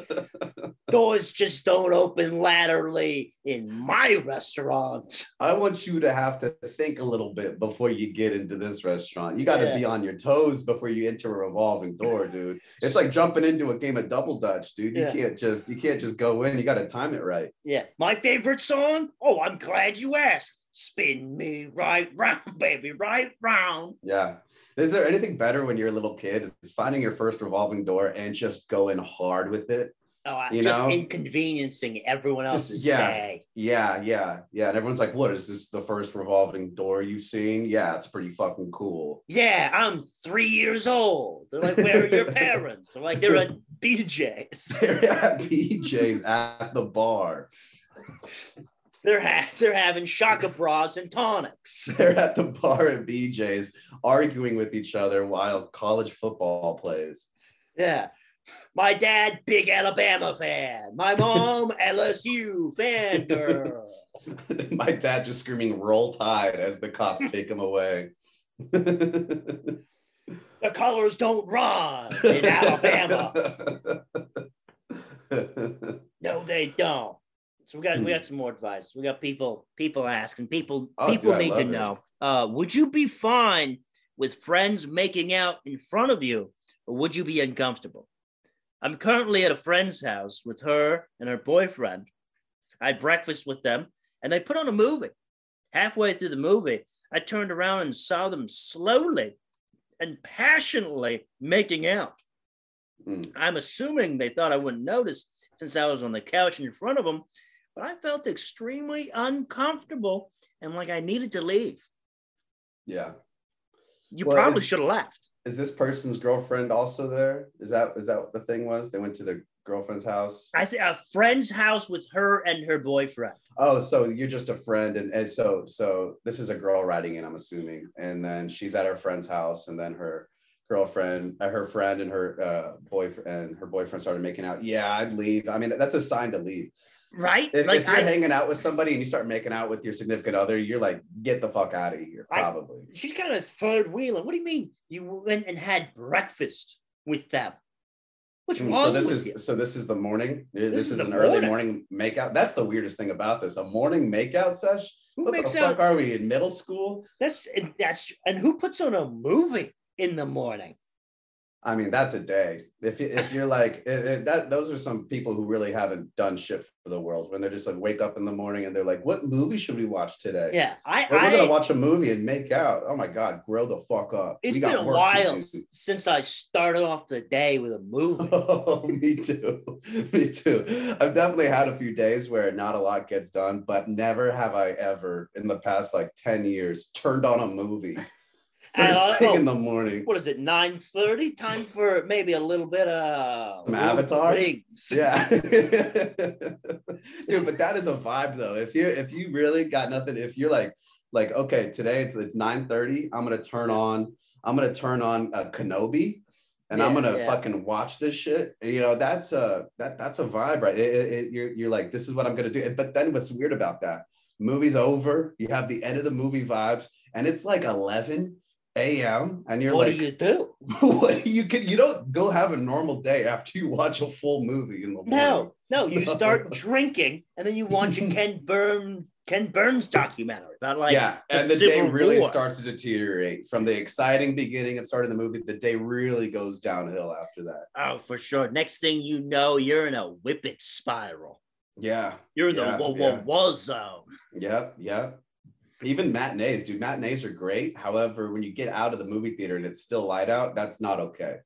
C: doors just don't open laterally in my restaurant.
B: I want you to have to think a little bit before you get into this restaurant. You got to
C: Yeah.
B: be on your toes before you enter a revolving door, dude. It's like jumping into a game of double dutch, dude. You
C: Yeah.
B: can't just you can't just go in. You got to time it right.
C: Yeah, my favorite song. Oh, I'm glad you asked. Spin me right round, baby, right round.
B: Yeah. Is there anything better when you're a little kid? Is finding your first revolving door and just going hard with it?
C: Oh, I-
B: You
C: just
B: know?
C: inconveniencing everyone
B: Just-
C: else's
B: yeah.
C: day.
B: Yeah, yeah, yeah. And everyone's like, "What is this? The first revolving door you've seen? Yeah, it's pretty fucking cool."
C: Yeah, I'm three years old. They're like, where are your parents? They're like, they're at BJ's.
B: They're at BJ's at the bar.
C: They're ha- they're having shaka bras and tonics.
B: They're at the bar at BJ's arguing with each other while college football plays.
C: Yeah. My dad, big Alabama fan. My mom, LSU fan girl.
B: My dad just screaming "Roll Tide" as the cops take him away.
C: The colors don't run in Alabama. No, they don't. So we got we got some more advice. We got people people asking people
B: Hmm. Oh, dude,
C: people
B: I
C: need to
B: love it.
C: know. Uh, would you be fine with friends making out in front of you, or would you be uncomfortable? I'm currently at a friend's house with her and her boyfriend. I had breakfast with them, and they put on a movie. Halfway through the movie, I turned around and saw them slowly and passionately making out.
B: Mm.
C: I'm assuming they thought I wouldn't notice since I was on the couch in front of them, but I felt extremely uncomfortable and like I needed to leave.
B: yeah,
C: You
B: Well,
C: probably
B: it's-
C: should have left.
B: is this person's girlfriend also there? Is that is that what the thing was? They went to their girlfriend's house.
C: I think a friend's house with her and her boyfriend.
B: Oh, so you're just a friend, and, and so so this is a girl writing it, I'm assuming, and then she's at her friend's house, and then her girlfriend, uh, her friend, and her uh, boyfriend, and her boyfriend started making out. Yeah, I'd leave. I mean, that's a sign to leave.
C: Right?
B: If,
C: like
B: if you're
C: I
B: hanging out with somebody and you start making out with your significant other, you're like, get the fuck out of here,
C: I-
B: probably.
C: she's kind of third wheeling. What do you mean? You went and had breakfast with them. What's
B: Mm,
C: wrong
B: so this
C: with
B: is
C: you?
B: so this is the morning. uh, This,
C: This is
B: is,
C: the
B: an early
C: morning.
B: morning makeout. That's the weirdest thing about this. A morning makeout sesh.
C: Who
B: What the
C: makes
B: fuck
C: out?
B: are we in middle school?
C: That's and that's and who puts on a movie in the morning?
B: I mean, that's a day. If you- if you're like it- it- that, those are some people who really haven't done shit for the world when they're just like wake up in the morning and they're like, "What movie should we watch today?"
C: Yeah, I
B: Or we're
C: I,
B: gonna watch a movie and make out. Oh my god, grow the fuck up.
C: It's
B: We
C: been
B: got
C: a
B: work to
C: while
B: do.
C: s- since I started off the day with a movie.
B: Oh, me too. Me too. I've definitely had a few days where not a lot gets done, but never have I ever in the past like 10 years turned on a movie
C: I
B: first thing
C: also-
B: in the morning.
C: what is it? Nine thirty? Time for maybe a little bit of
B: Some
C: Lord of the
B: Avatar?
C: Rings.
B: Yeah. Dude, but that is a vibe though. If you if you really got nothing, if you're like like okay, today it's it's 9:30, I'm going to turn on I'm going to turn on uh, Kenobi and I'm
C: Yeah,
B: going to
C: yeah.
B: fucking watch this shit. You know, that's a that that's a vibe, right? It- it- it- you're you're like this is what I'm going to do. But then what's weird about that? Movie's over, you have the end of the movie vibes and it's like 11 a.m. and you're
C: What
B: like
C: do you do?
B: what you can you don't go have a normal day after you watch a full movie in the morning.
C: No, no. You
B: No.
C: start drinking, and then you watch a Ken Burn Ken Burns documentary about like
B: yeah,
C: the
B: and the day
C: Civil
B: really
C: War.
B: starts to deteriorate from the exciting beginning of starting the movie. The day really goes downhill after that.
C: oh for sure. Next thing you know, you're in a whippet spiral.
B: Yeah,
C: You're in
B: Yeah,
C: the whoa
B: yeah.
C: whoa whoa zone.
B: yep, yep. Even matinees, dude. Matinees are great. However, when you get out of the movie theater and it's still light out, that's not okay.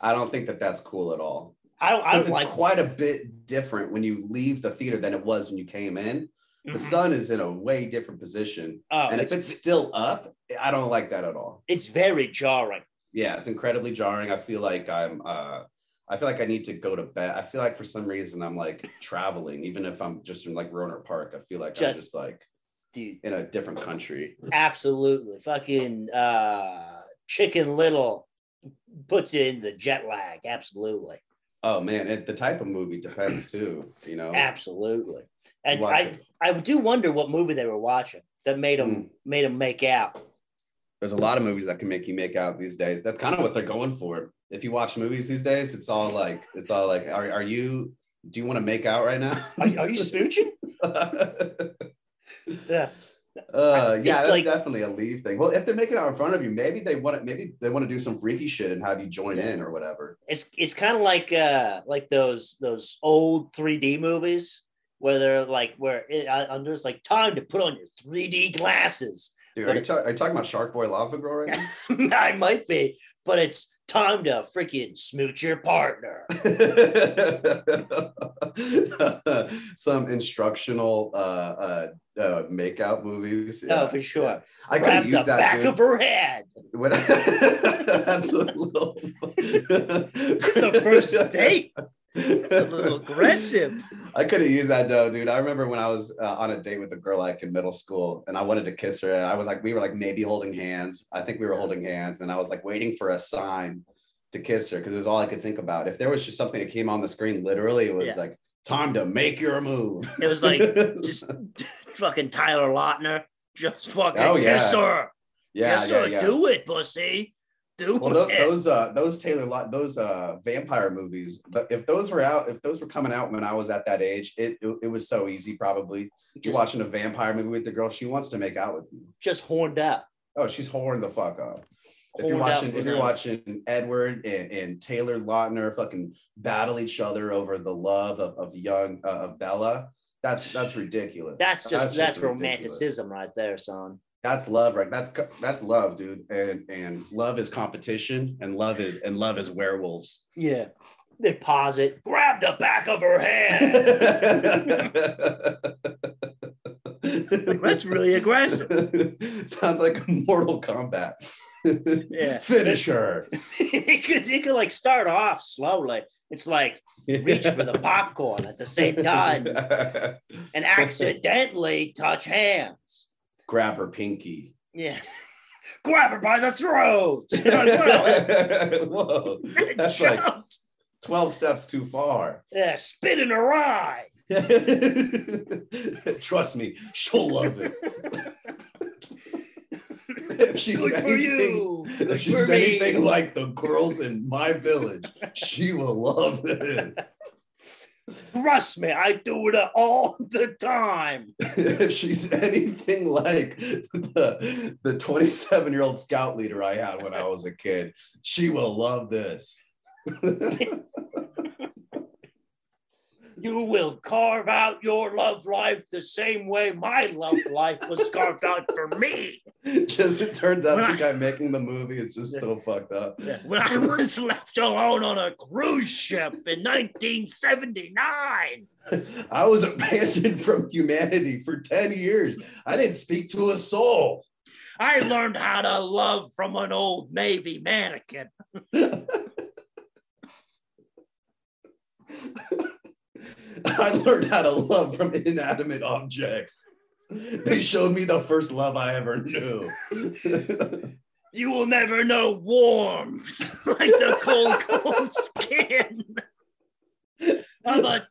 B: I don't think that that's cool at all.
C: I don't. I
B: Because
C: don't
B: it's
C: like.
B: quite a bit different when you leave the theater than it was when you came in. The
C: Mhm.
B: sun is in a way different position.
C: Oh,
B: and
C: it's,
B: if it's still up, I don't like that at all.
C: it's very jarring.
B: Yeah, it's incredibly jarring. I feel like I'm uh I feel like I need to go to bed. I feel like for some reason I'm like traveling, even if I'm just in like Roner Park. I feel like
C: Just-
B: I'm just like
C: dude.
B: in a different country.
C: Absolutely. Fucking uh Chicken Little puts in the jet lag. Absolutely.
B: Oh man, and the type of movie depends too. You know,
C: Absolutely. And
B: Oh. Watch
C: I,
B: it. Hmm.
C: I do wonder what movie they were watching that made them made them make out.
B: there's a lot of movies that can make you make out these days. That's kind of what they're going for. If you watch movies these days, it's all like it's all like, are, are you? Do you want to make out right now?
C: Are, you- are you smooching?
B: uh, yeah,
C: Yeah. It's
B: that's
C: like-
B: definitely a leave thing. Well, if they're making out in front of you, maybe they want to maybe they want to do some freaky shit and have you join in or whatever.
C: It's it's kind of like uh like those those old 3D movies where they're like where it, uh, under it's like time to put on your 3D glasses.
B: Dude,
C: But
B: are you,
C: it's-
B: ta- are you talking about Shark Boy Lava Girl right now?
C: I might be, but it's time to freaking smooch your partner.
B: some instructional uh, uh, uh, makeout movies.
C: No,
B: Yeah,
C: Oh, for sure.
B: yeah. I could
C: Grab
B: have
C: the
B: used that.
C: back
B: Dude.
C: of her head.
B: When- that's a little.
C: It's a first date. A little aggressive.
B: I could have used that though, dude. I remember when I was uh, on a date with a girl like in middle school, and I wanted to kiss her, and I was like, we were like maybe holding hands. I think we were holding hands, and I was like waiting for a sign to kiss her because it was all I could think about. If there was just something that came on the screen, literally, it was
C: Yeah.
B: like time to make your move.
C: It was like just fucking Tyler Lautner. Just fucking
B: Oh, yeah.
C: kiss her.
B: yeah,
C: kiss
B: yeah,
C: her.
B: yeah.
C: Do it, pussy. Do
B: Well, tho-
C: it.
B: those uh, those Taylor Lot, those uh, vampire movies. th- If those were out, if those were coming out when I was at that age, it it, it was so easy. Probably you're
C: Just-
B: watching a vampire movie with the girl. She wants to make out with you.
C: Just horned up.
B: Oh, she's whoring the fuck up. If you're
C: Horned up
B: watching,
C: with
B: if you're
C: them.
B: watching Edward and, and Taylor Lautner fucking battle each other over the love of, of young uh, of Bella, that's that's ridiculous.
C: That's just that's,
B: ridiculous.
C: romanticism right there, son.
B: That's love, right? That's co- that's love, dude. And and love is competition, and love is and love is werewolves.
C: Yeah. They pause it. Grab the back of her head.
B: That's
C: That's really aggressive.
B: Sounds like Mortal Kombat.
C: Yeah.
B: Finish her.
C: it could it could like start off slowly. It's like reach for the popcorn at the same time and accidentally touch hands.
B: Grab her pinky.
C: Yeah. Grab her by the throat. Well,
B: Whoa. That's like
C: jumped.
B: 12 steps too far.
C: yeah, spit in her eye.
B: Trust me, she'll love it. if she's
C: Good for you.
B: If
C: Good
B: she's
C: for me.
B: anything like the girls in my village, she will love this.
C: Trust me, I do it all the time.
B: if she's anything like the, the 27 year old scout leader I had when I was a kid, she will love this.
C: You will carve out your love life the same way my love life was carved out for me.
B: Just it turns out
C: When
B: the guy
C: I-
B: making the movie is just so fucked up.
C: When I was left alone on a cruise ship in 1979.
B: I was abandoned from humanity for 10 years. I didn't speak to a soul.
C: I learned how to love from an old Navy mannequin.
B: I learned how to love from inanimate objects. They showed me the first love I ever knew.
C: You will never know warmth like the cold, cold skin. I'm a,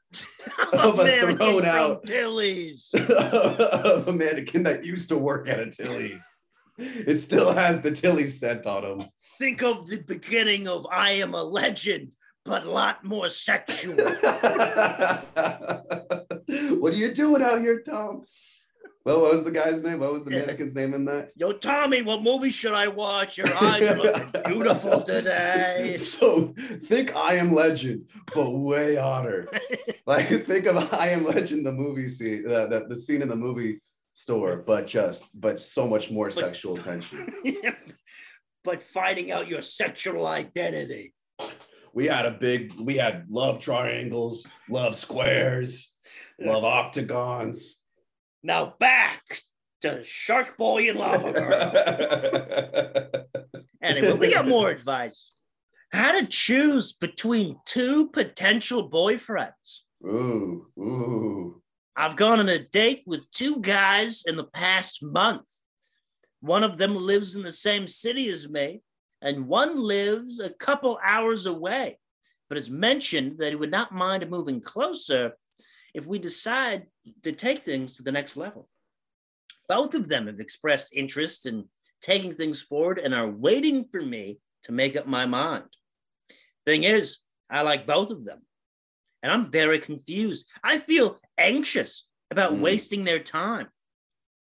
C: I'm
B: Of
C: a
B: a
C: mannequin
B: thrown
C: from
B: out.
C: Tilly's.
B: of a mannequin that used to work at a Tilly's. It still has the Tilly's scent on him.
C: Think of the beginning of I Am a Legend, but a lot more sexual.
B: what are you doing out here, Tom? Well, what was the guy's name? What was the
C: Yeah.
B: mannequin's name in that?
C: Yo, Tommy, what movie should I watch? Your eyes are looking beautiful today.
B: So think I Am Legend, but way hotter. like think of I Am Legend, the movie scene, the, the, the scene in the movie store, but just but so much more
C: But-
B: sexual tension.
C: but finding out your sexual identity.
B: We had a big, we had love triangles, love squares, love octagons.
C: Now back to Shark Boy and Lava Girl. anyway, we got more advice. How to choose between two potential boyfriends.
B: ooh, ooh.
C: I've gone on a date with two guys in the past month. One of them lives in the same city as me, and one lives a couple hours away, but has mentioned that he would not mind moving closer if we decide to take things to the next level. Both of them have expressed interest in taking things forward and are waiting for me to make up my mind. Thing is, I like both of them, and I'm very confused. I feel anxious about
B: Mm.
C: wasting their time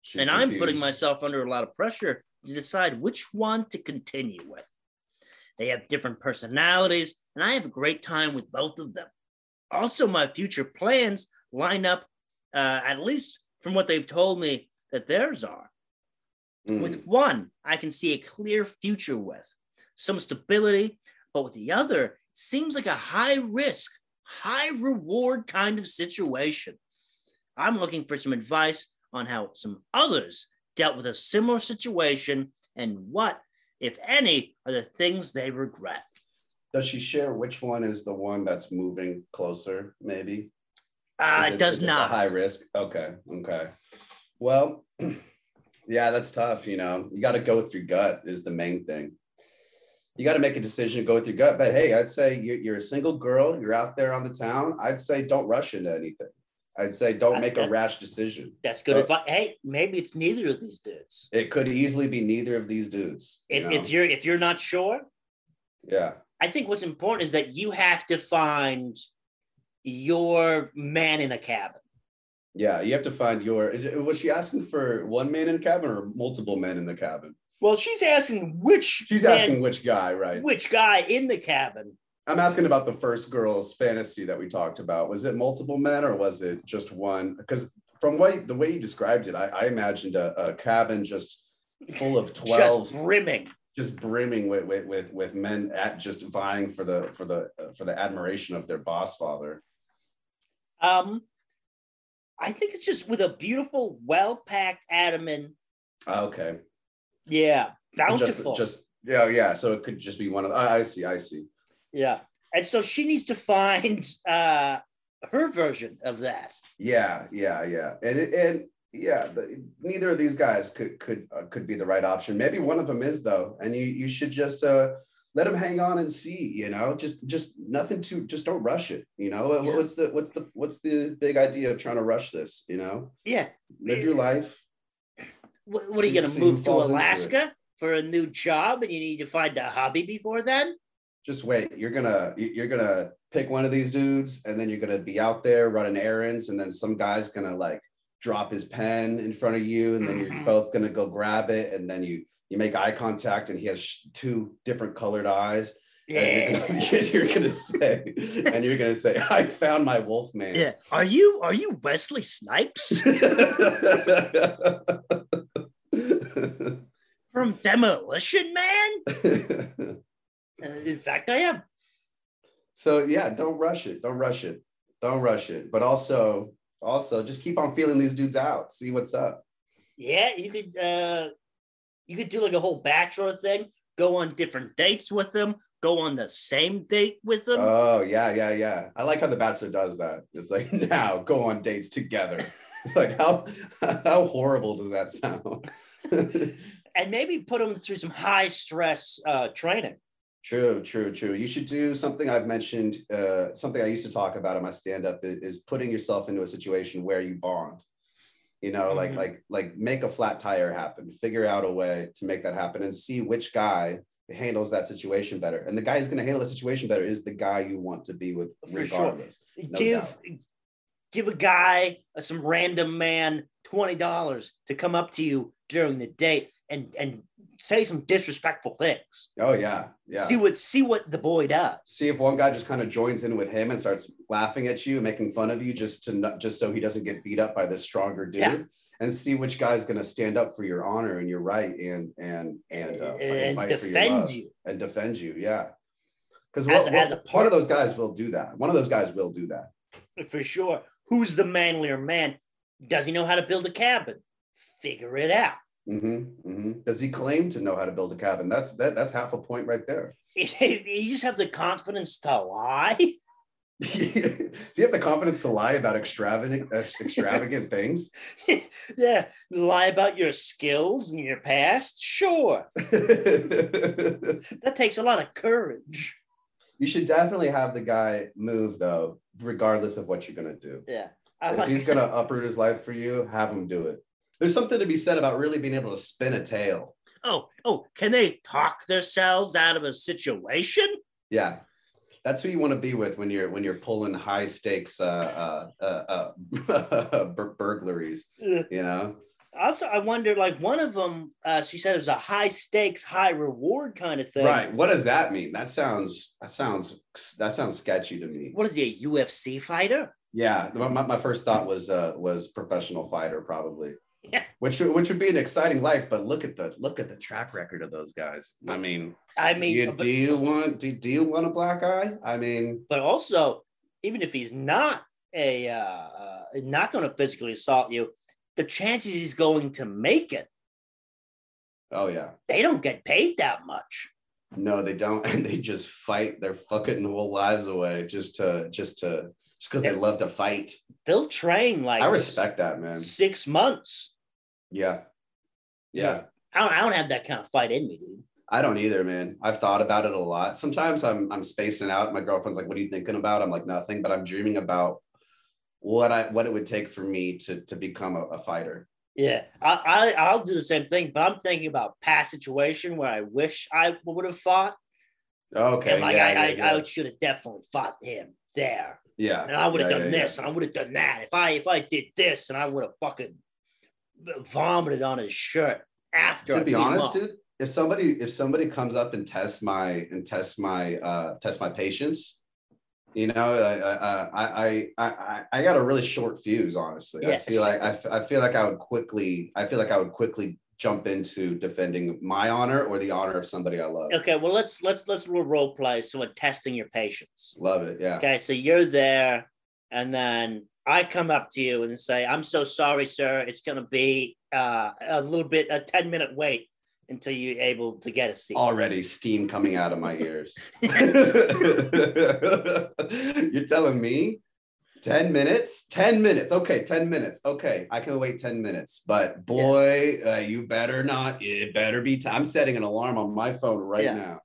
B: She's
C: and I'm putting
B: confused.
C: myself under a lot of pressure to decide which one to continue with. They have different personalities, and I have a great time with both of them. Also, my future plans line up, uh, at least from what they've told me that theirs are.
B: Mm.
C: With one, I can see a clear future with some stability, but with the other, it seems like a high risk, high reward kind of situation. I'm looking for some advice on how some others dealt with a similar situation and what, if any, are the things they regret.
B: Does she share which one is the one that's moving closer? Maybe.
C: Uh,
B: Is
C: it does
B: is a
C: not.
B: high risk. Okay. Okay. Well, yeah, that's tough. You know, you got to go with your gut is the main thing. You got to make a decision to go with your gut. But hey, I'd say you're, you're a single girl. You're out there on the town. I'd say don't rush into anything. I'd say don't make a rash decision.
C: That's good
B: Uh,
C: advice. Hey, maybe it's neither of these dudes.
B: It could easily be neither of these dudes. you
C: If,
B: know?
C: if you're if you're not sure,
B: yeah,
C: I think what's important is that you have to find your man in a cabin.
B: yeah, you have to find your. Was she asking for one man in the cabin or multiple men in the cabin?
C: Well, she's asking which
B: She's
C: man-
B: asking which guy, right?
C: which guy in the cabin.
B: I'm asking about the first girl's fantasy that we talked about. Was it multiple men or was it just one? Because from what the way you described it, I, I imagined a, a cabin just full of twelve,
C: Just brimming.
B: just brimming with, with with with men at just vying for the for the uh, for the admiration of their boss father.
C: Um, I think it's just with a beautiful, well-packed abdomen.
B: Ah, Okay,
C: Yeah,
B: And just-
C: bountiful.
B: Just, yeah, yeah. So it could just be one of. I, I see. I see.
C: yeah, and so she needs to find uh, her version of that.
B: Yeah, yeah, yeah. And it, and yeah, the, neither of these guys could could uh, could be the right option. Maybe one of them is though, and you you should just uh let them hang on and see. You know, just just nothing to just don't rush it. You know, What-
C: Yeah.
B: what's the what's the what's the big idea of trying to rush this? You know,
C: Yeah,
B: live your life.
C: what, what are
B: See-
C: you going
B: see
C: to
B: who
C: move to
B: falls into it.
C: Alaska for a new job, and you need to find a hobby before then?
B: Just wait. You're gonna you- you're gonna pick one of these dudes, and then you're gonna be out there running errands, and then some guy's gonna like drop his pen in front of you, and then you're
C: Mhm.
B: both gonna go grab it, and then you you make eye contact, and he has sh- two different colored eyes, and you're gonna, you're gonna say, and you're gonna say, I found my wolf man.
C: yeah. Are you are you Wesley Snipes from Demolition Man? Uh, in fact, I am.
B: so yeah, don't rush it. Don't rush it. Don't rush it. But also, also just keep on feeling these dudes out. See what's up.
C: Yeah, you could uh you could do like a whole bachelor thing, go on different dates with them, go on the same date with them.
B: Oh yeah, yeah, yeah. I like how The Bachelor does that. It's like now go on dates together. It's like how how horrible does that sound?
C: and maybe put them through some high stress uh training.
B: True, true, true. You should do something I've mentioned, uh, something I used to talk about in my stand-up is, is putting yourself into a situation where you bond. You know, like
C: Mhm.
B: like like make a flat tire happen, figure out a way to make that happen and see which guy handles that situation better. And the guy who's gonna handle the situation better is the guy you want to be with
C: For sure.
B: regardless. No
C: give
B: doubt.
C: give a guy uh, some random man twenty dollars to come up to you during the date and and say some disrespectful things.
B: Oh yeah. Yeah.
C: See what see what the boy does.
B: see if one guy just kind of joins in with him and starts laughing at you, making fun of you, just to not, just so he doesn't get beat up by this stronger dude,
C: Yeah.
B: and see which guy's going to stand up for your honor and your right, and and and, uh, fucking
C: And
B: fight for your
C: defend
B: love
C: you.
B: and defend you, yeah. Because
C: As- as a
B: one
C: part-
B: of those guys will do that. One of those guys will do that.
C: for sure. Who's the manlier man? Does he know how to build a cabin? Figure it out.
B: hmm hmm Does he claim to know how to build a cabin? That's that, that's half a point right there.
C: you just have the confidence to lie.
B: Do you have the confidence to lie about extravagant extravagant things?
C: yeah, lie about your skills and your past. Sure,
B: you
C: that takes a lot of courage.
B: should definitely have the guy move though, regardless of what you're gonna do.
C: Yeah, I
B: If he's gonna uproot his life for you, have him do it. There's something to be said about really being able to spin a tale.
C: Oh, oh, can they talk themselves out of a situation?
B: Yeah. That's who you want to be with when you're when you're pulling high stakes uh, uh, uh, uh, bur- burglaries.
C: Ugh.
B: You know,
C: Also, I wonder, like one of them, uh, she said it was a high stakes, high reward kind of thing.
B: right? What does that mean? That sounds that sounds that sounds sketchy to me.
C: What is he, a UFC fighter?
B: Yeah, my, my my first thought was uh, was professional fighter probably.
C: Yeah.
B: Which would- which would be an exciting life, but look at the look at the track record of those guys. I mean,
C: I mean,
B: you-
C: but,
B: do you want do, do you want a black eye? I mean,
C: but also, even if he's not a uh, uh, not going to physically assault you, the chances he's going to make it,
B: oh yeah,
C: they don't get paid that much.
B: no, they don't, and they just fight their fucking whole lives away just to just to just because they love to fight.
C: They'll train like
B: I respect that, man.
C: six months.
B: Yeah, yeah.
C: I don't, I don't have that kind of fight in me, dude.
B: I don't either, man. I've thought about it a lot. Sometimes I'm I'm spacing out. My girlfriend's like, "What are you thinking about?" I'm like, "Nothing," but I'm dreaming about what I what it would take for me to to become a, a fighter.
C: Yeah, I, I I'll do the same thing, but I'm thinking about past situation where I wish I would have fought,
B: Okay,
C: and like
B: yeah,
C: I
B: yeah,
C: I,
B: yeah.
C: I should have definitely fought him there,
B: yeah.
C: and I would have
B: Yeah, yeah,
C: done this, and I would have done that. If I if I did this, and I would have fucking vomited on his shirt after. I
B: To be
C: beat him
B: honest,
C: up.
B: dude, if somebody if somebody comes up and tests my and tests my uh, tests my patience, you know, I I I I I, I got a really short fuse. Honestly,
C: Yes.
B: I feel like I, f- I feel like I would quickly I feel like I would quickly jump into defending my honor or the honor of somebody I love.
C: okay, well let's let's let's do a role play. So we're testing your patience.
B: Love it. Yeah.
C: Okay, so you're there, and then I come up to you and say, "I'm so sorry, sir. It's going to be uh, a little bit a ten minute wait until you're able to get a seat."
B: Already steam coming out of my ears. You're telling me 10 minutes? 10 minutes. Okay, 10 minutes. Okay, I can wait 10 minutes. But boy, uh, you better not. It better be. i I'm setting an alarm on my phone right
C: Yeah.
B: now.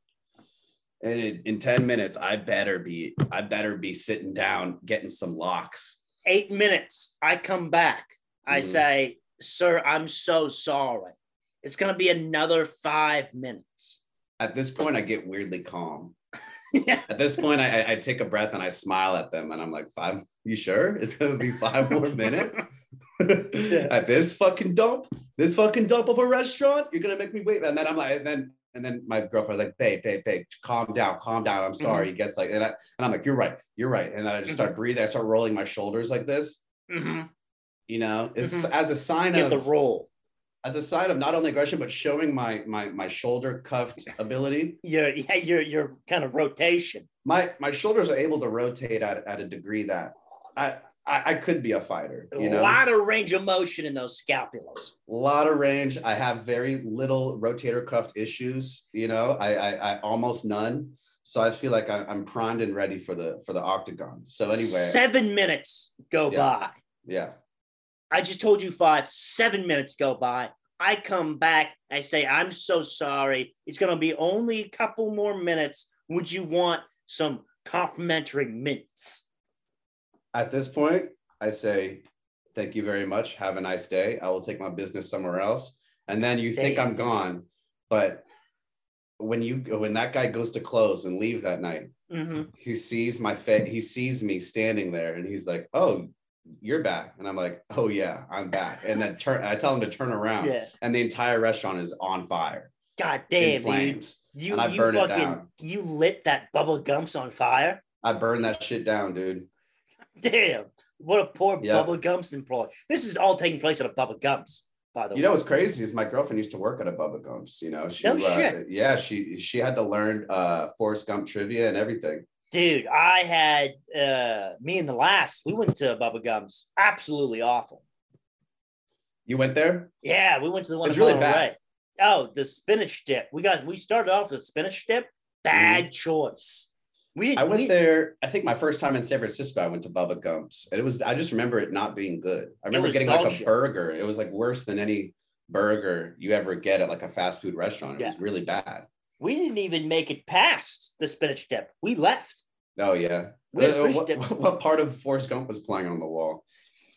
B: And in, in 10 minutes, I better be I better be sitting down getting some locks.
C: Eight minutes. I come back. I
B: Mhm.
C: say, "Sir, I'm so sorry. It's going to be another five minutes."
B: At this point, I get weirdly calm.
C: yeah.
B: At this point, I, I- I take a breath and I smile at them and I'm like, five, you sure? It's gonna be five more minutes? at this fucking dump, this fucking dump of a restaurant, you're gonna make me wait. And then I'm like, and then and then my girlfriend's like, babe, babe, babe, calm down, calm down. I'm
C: Mm-hmm.
B: sorry. He gets like, and, I, and I'm like, you're right, you're right. And then I just start breathing, I start rolling my shoulders like this,
C: Mhm.
B: you know, it's as a sign
C: Mm-hmm. Get
B: of
C: the role.
B: as a sign of not only aggression, but showing my my my shoulder cuffed ability.
C: Your yeah, your your kind of rotation.
B: my my shoulders are able to rotate at, at a degree that I, I I could be a fighter. You know,
C: A lot of range of motion in those scapulas.
B: lot of range. I have very little rotator cuff issues. You know, I I, I almost none. So I feel like I, I'm primed and ready for the for the octagon. So anyway,
C: seven minutes go
B: Yeah.
C: by.
B: yeah,
C: I just told you five, seven minutes go by. I come back. I say, I'm so sorry. It's going to be only a couple more minutes. Would you want some complimentary mints?
B: at this point, I say thank you very much. Have a nice day. I will take my business somewhere else. And then you think
C: Damn.
B: I'm gone, but when you when that guy goes to close and leave that night.
C: Mhm.
B: he sees my face he sees me standing there and he's like oh you're back and i'm like oh yeah i'm back and then turn i tell him to turn around
C: Yeah.
B: and the entire restaurant is on fire
C: God
B: in
C: damn, dude.
B: flames
C: You,
B: and I
C: you
B: burn it
C: fucking,
B: down.
C: you lit that bubble gums on fire.
B: i burned that shit down dude
C: Damn. What a poor
B: Yeah.
C: bubble gums employee. This is all taking place at a bubble gums, by the
B: you
C: way.
B: know what's crazy is my girlfriend used to work at a Bubba Gump's. You know, she
C: No
B: uh,
C: shit.
B: yeah, she she had to learn uh Forrest Gump trivia and everything.
C: Dude, I had uh, me and the last, we went to Bubba Gums. Absolutely awful.
B: You went there?
C: Yeah, we went to the one
B: It's
C: in
B: really
C: Monterey.
B: bad.
C: Oh, the spinach dip. We got we started off with spinach dip. Bad choice. We didn't.
B: Mm-hmm. I went
C: we-
B: there. I think my first time in San Francisco, I went to Bubba Gump's, and it was. I just remember it not being good. I remember
C: was
B: getting
C: dog
B: like a
C: shit.
B: burger. It was like worse than any burger you ever get at like a fast food restaurant. It was really bad.
C: We didn't even make it past the spinach dip. We left.
B: Oh yeah.
C: We had a
B: Uh,
C: spinach
B: what,
C: dip.
B: what part of Forrest Gump was playing on the wall?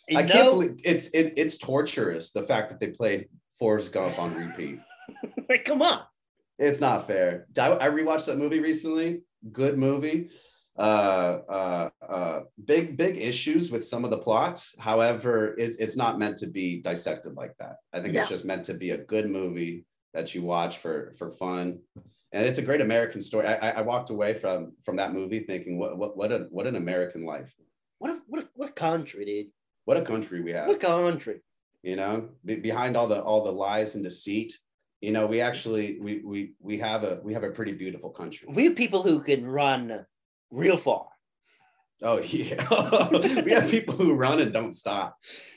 C: You
B: I
C: know,
B: can't believe it's it, it's torturous the fact that they played Forrest Gump on repeat.
C: like, come on.
B: It's not fair. I, I rewatched that movie recently. Good movie. Uh, uh, uh, big, big issues with some of the plots. However, it, it's not meant to be dissected like that. I think it's just meant to be a good movie that you watch for for fun. And it's a great American story. I, I- I walked away from from that movie thinking, what what what a, what an American life.
C: What a, what a, what a country, dude.
B: What a country we have.
C: What a country.
B: you know be- behind all the all the lies and deceit you know we actually we we we have a we have a pretty beautiful country
C: We have people who can run real far.
B: oh yeah we have people who run and don't stop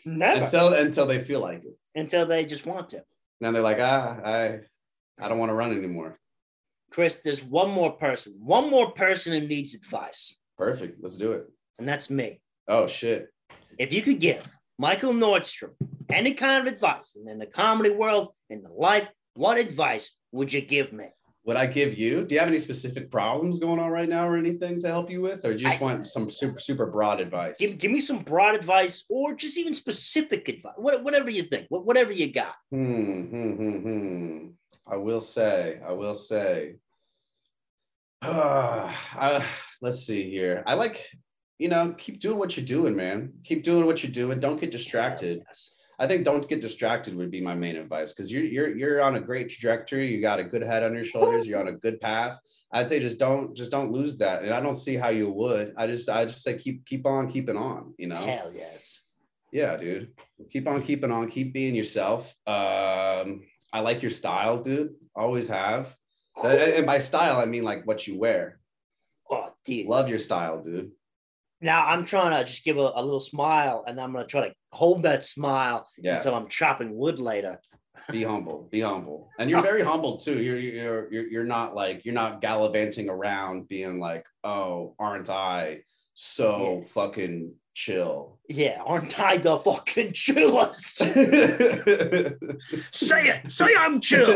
C: Never
B: until until they feel like it
C: until they just want to.
B: then they're like ah i i don't want to run anymore
C: Chris, there's one more person, one more person who needs advice,
B: perfect let's do it
C: and that's me.
B: oh shit
C: If you could give Michael Nordstrom any kind of advice and in the comedy world, in the life, what advice would you give me?
B: would i give you do you have any specific problems going on right now or anything to help you with or you just
C: I-
B: want some super super broad advice
C: Give, give me some broad advice or just even specific advice, what, whatever you think, wha- whatever you got.
B: Hmm, hmm, hmm, hmm. I will say, I will say. I- let's see here. I like, you know, keep doing what you're doing, man. Keep doing what you're doing. Don't get distracted.
C: Yes.
B: I think don't get distracted would be my main advice because you're you're you're on a great trajectory. You got a good head on your shoulders. You're on a good path. I'd say just don't just don't lose that. And I don't see how you would. I just I just say keep keep on keeping on. You know
C: Hell yes.
B: yeah dude keep on keeping on keep being yourself um i like your style dude always have and and by style i mean like what you wear
C: Oh, dude.
B: love your style dude
C: Now I'm trying to just give a, a little smile and I'm going to try to hold that smile
B: yeah
C: until I'm chopping wood later.
B: be humble be humble and you're very humble too you're you're you're, you're not like you're not gallivanting around being like oh aren't i so
C: Yeah.
B: fucking chill
C: Yeah, aren't I the fucking chillest? say it. Say I'm chill.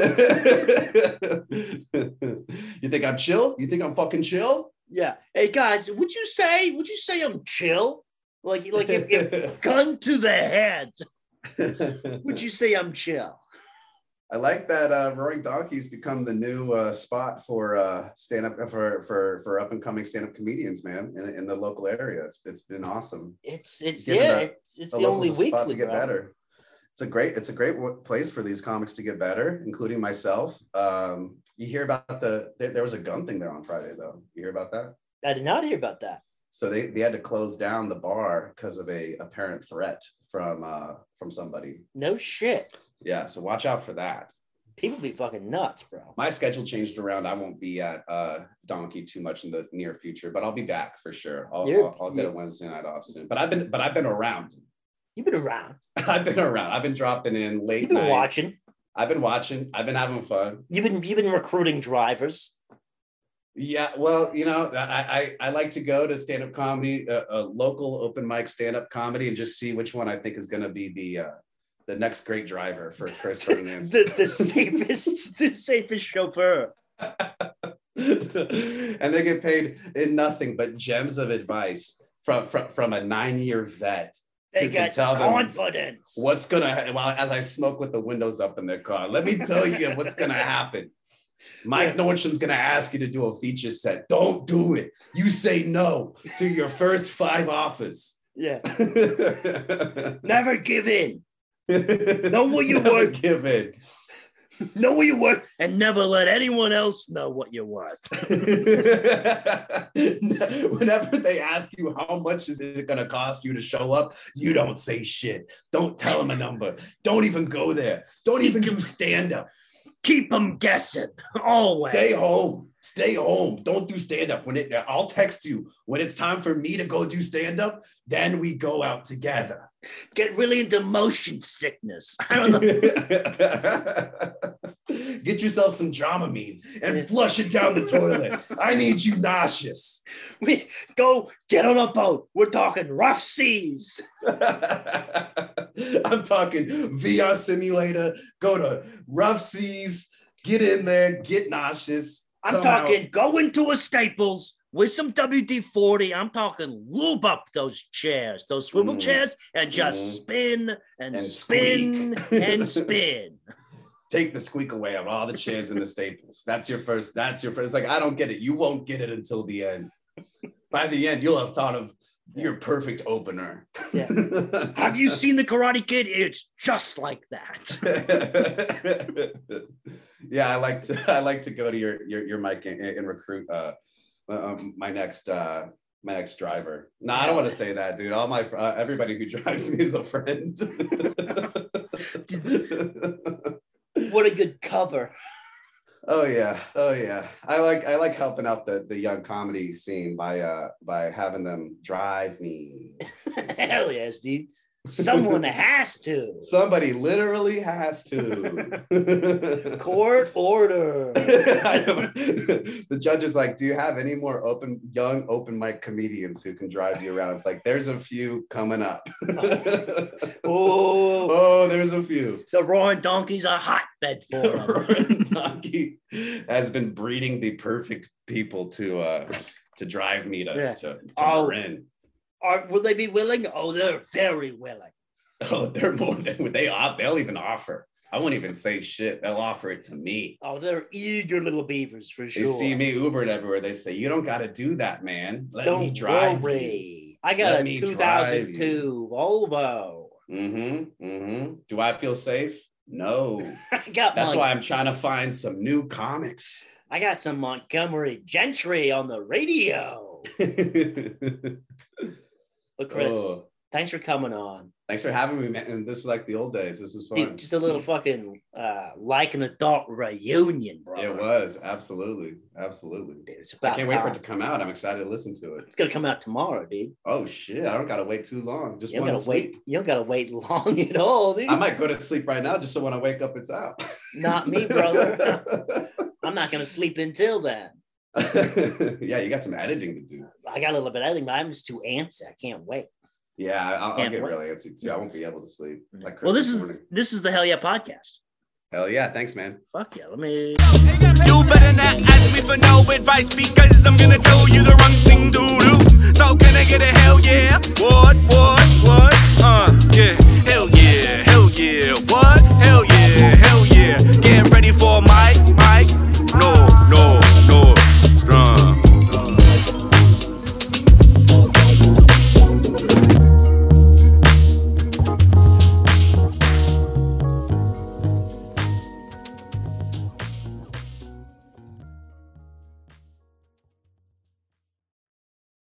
B: you think i'm chill you think i'm fucking chill
C: yeah. Hey guys, would you say would you say I'm chill? Like like if, if gun to the head, would you say I'm chill?
B: I like that uh, Roaring Donkey's become the new uh, spot for uh, stand up for for for up and coming stand up comedians, man, in, in the local area. It's it's been awesome.
C: It's it's
B: Given
C: yeah,
B: that
C: it's it's
B: The
C: the, only
B: locals a spot
C: weekly
B: to get
C: bro.
B: better. It's a great it's a great wo- place for these comics to get better, including myself. Um, you hear about the there, there was a gun thing there on Friday though. You hear about that?
C: I did not hear about that.
B: So they, they had to close down the bar because of a apparent threat from uh, from somebody.
C: No shit.
B: Yeah, so watch out for that.
C: People be fucking nuts, bro.
B: my schedule changed around. I won't be at uh, Donkey too much in the near future, but I'll be back for sure. I'll,
C: You're-
B: I'll, I'll get a
C: you-
B: Wednesday night off soon. But I've been, but I've been around.
C: You've been around.
B: I've been around. I've been dropping in late
C: You've been
B: night.
C: watching.
B: I've been watching. I've been having fun.
C: You've been you've been recruiting drivers.
B: Yeah, well, you know, I I, I like to go to stand up comedy, uh, a, a local open mic stand up comedy, and just see which one I think is going to be the uh, the next great driver for Chris Ferdinand.
C: The the safest the safest chauffeur.
B: and they get paid in nothing but gems of advice from from, from a nine year vet.
C: They
B: You can
C: got
B: tell them
C: confidence.
B: What's gonna ha- well as I smoke with the windows up in their car? Let me tell you what's gonna happen. Mike Nordstrom's gonna ask you to do a feature set. Don't do it. You say no to your first five offers.
C: Yeah. Never give in.
B: Know
C: what you
B: Never
C: want.
B: Give in.
C: Know what you're worth and never let anyone else know what you're worth.
B: Whenever they ask you how much is it going to cost you to show up, you don't say shit. Don't tell them a number. Don't even go there. Don't even do stand up.
C: Keep them guessing always.
B: Stay home. Stay home. Don't do stand up. When it, I'll text you when it's time for me to go do stand up. Then we go out together.
C: Get really into motion sickness. I don't know.
B: Get yourself some Dramamine and flush it down the toilet. I need you nauseous.
C: We go get on a boat. We're talking rough seas.
B: I'm talking VR simulator. Go to rough seas. Get in there. Get nauseous.
C: I'm
B: come
C: talking go into a Staples with some WD 40. I'm talking lube up those chairs, those swivel
B: Mm.
C: chairs, and just
B: Mm.
C: spin and,
B: And
C: spin
B: squeak.
C: and spin.
B: take the squeak away of all the chairs in the staples. That's your first. That's your first. It's like I don't get it. You won't get it until the end. By the end, you'll have thought of your perfect opener.
C: Yeah. Have you seen the Karate Kid? It's just like that.
B: yeah, I like to. I like to go to your your, your mic and, and recruit uh, um, my next. Uh, my next driver. No, I don't want to say that, dude. All my fr- uh, everybody who drives me is a friend.
C: What a good cover.
B: Oh yeah, oh yeah. I like I like helping out the the young comedy scene by uh by having them drive me.
C: Hell yes, dude. Someone has to.
B: Somebody literally has to.
C: Court order.
B: the judge is like, "Do you have any more open young open mic comedians who can drive you around?" It's like, "There's a few coming up."
C: Oh,
B: oh, there's a few.
C: the roaring donkey's a hotbed for them.
B: Donkey has been breeding the perfect people to uh to drive me to
C: Yeah.
B: to, to
C: Oh.
B: Marin.
C: Are, will they be willing? Oh, they're very willing.
B: Oh, they're more than they op. They'll even offer. I won't even say shit. They'll offer it to me.
C: Oh, they're eager little beavers for sure.
B: They see me Ubered everywhere. They say, "You don't got to do that, man. Let
C: Don't
B: me drive."
C: worry. I got
B: Let
C: a
B: me drive
C: 2002 Volvo.
B: Mm-hmm. Mm-hmm. Do I feel safe? No.
C: I got
B: That's
C: Mon-
B: why I'm trying to find some new comics.
C: I got some Montgomery Gentry on the radio.
B: Chris,
C: But Chris,
B: Oh.
C: thanks for coming on.
B: thanks for having me, man. And this is like the old days. This is fun.
C: Dude, just a little fucking uh, like an adult reunion, bro.
B: it was absolutely, absolutely.
C: Dude, it's
B: I
C: about
B: can't wait for
C: time.
B: it to come out. I'm excited to listen to it.
C: It's gonna come out tomorrow, dude.
B: Oh shit! I don't gotta wait too long. Just
C: You don't
B: one
C: gotta
B: sleep.
C: wait. You don't gotta wait long at all, dude.
B: I might go to sleep right now just so when I wake up, it's out.
C: Not me, brother. I'm not gonna sleep until then.
B: yeah, you got some editing to do.
C: I got a little bit. I think I'm just too antsy. I can't wait.
B: Yeah, I- I'll, I'll
C: Can't
B: get
C: wait. Mm.
B: really antsy too. I won't be able to sleep. Like
C: well, this
B: Christmas
C: is this is the Hell Yeah podcast.
B: morning. hell yeah. Thanks, man.
C: Fuck yeah. Let me.
A: You better not ask me for no advice because I'm gonna tell you the wrong thing to do. So can I get a hell yeah? What, Uh, what,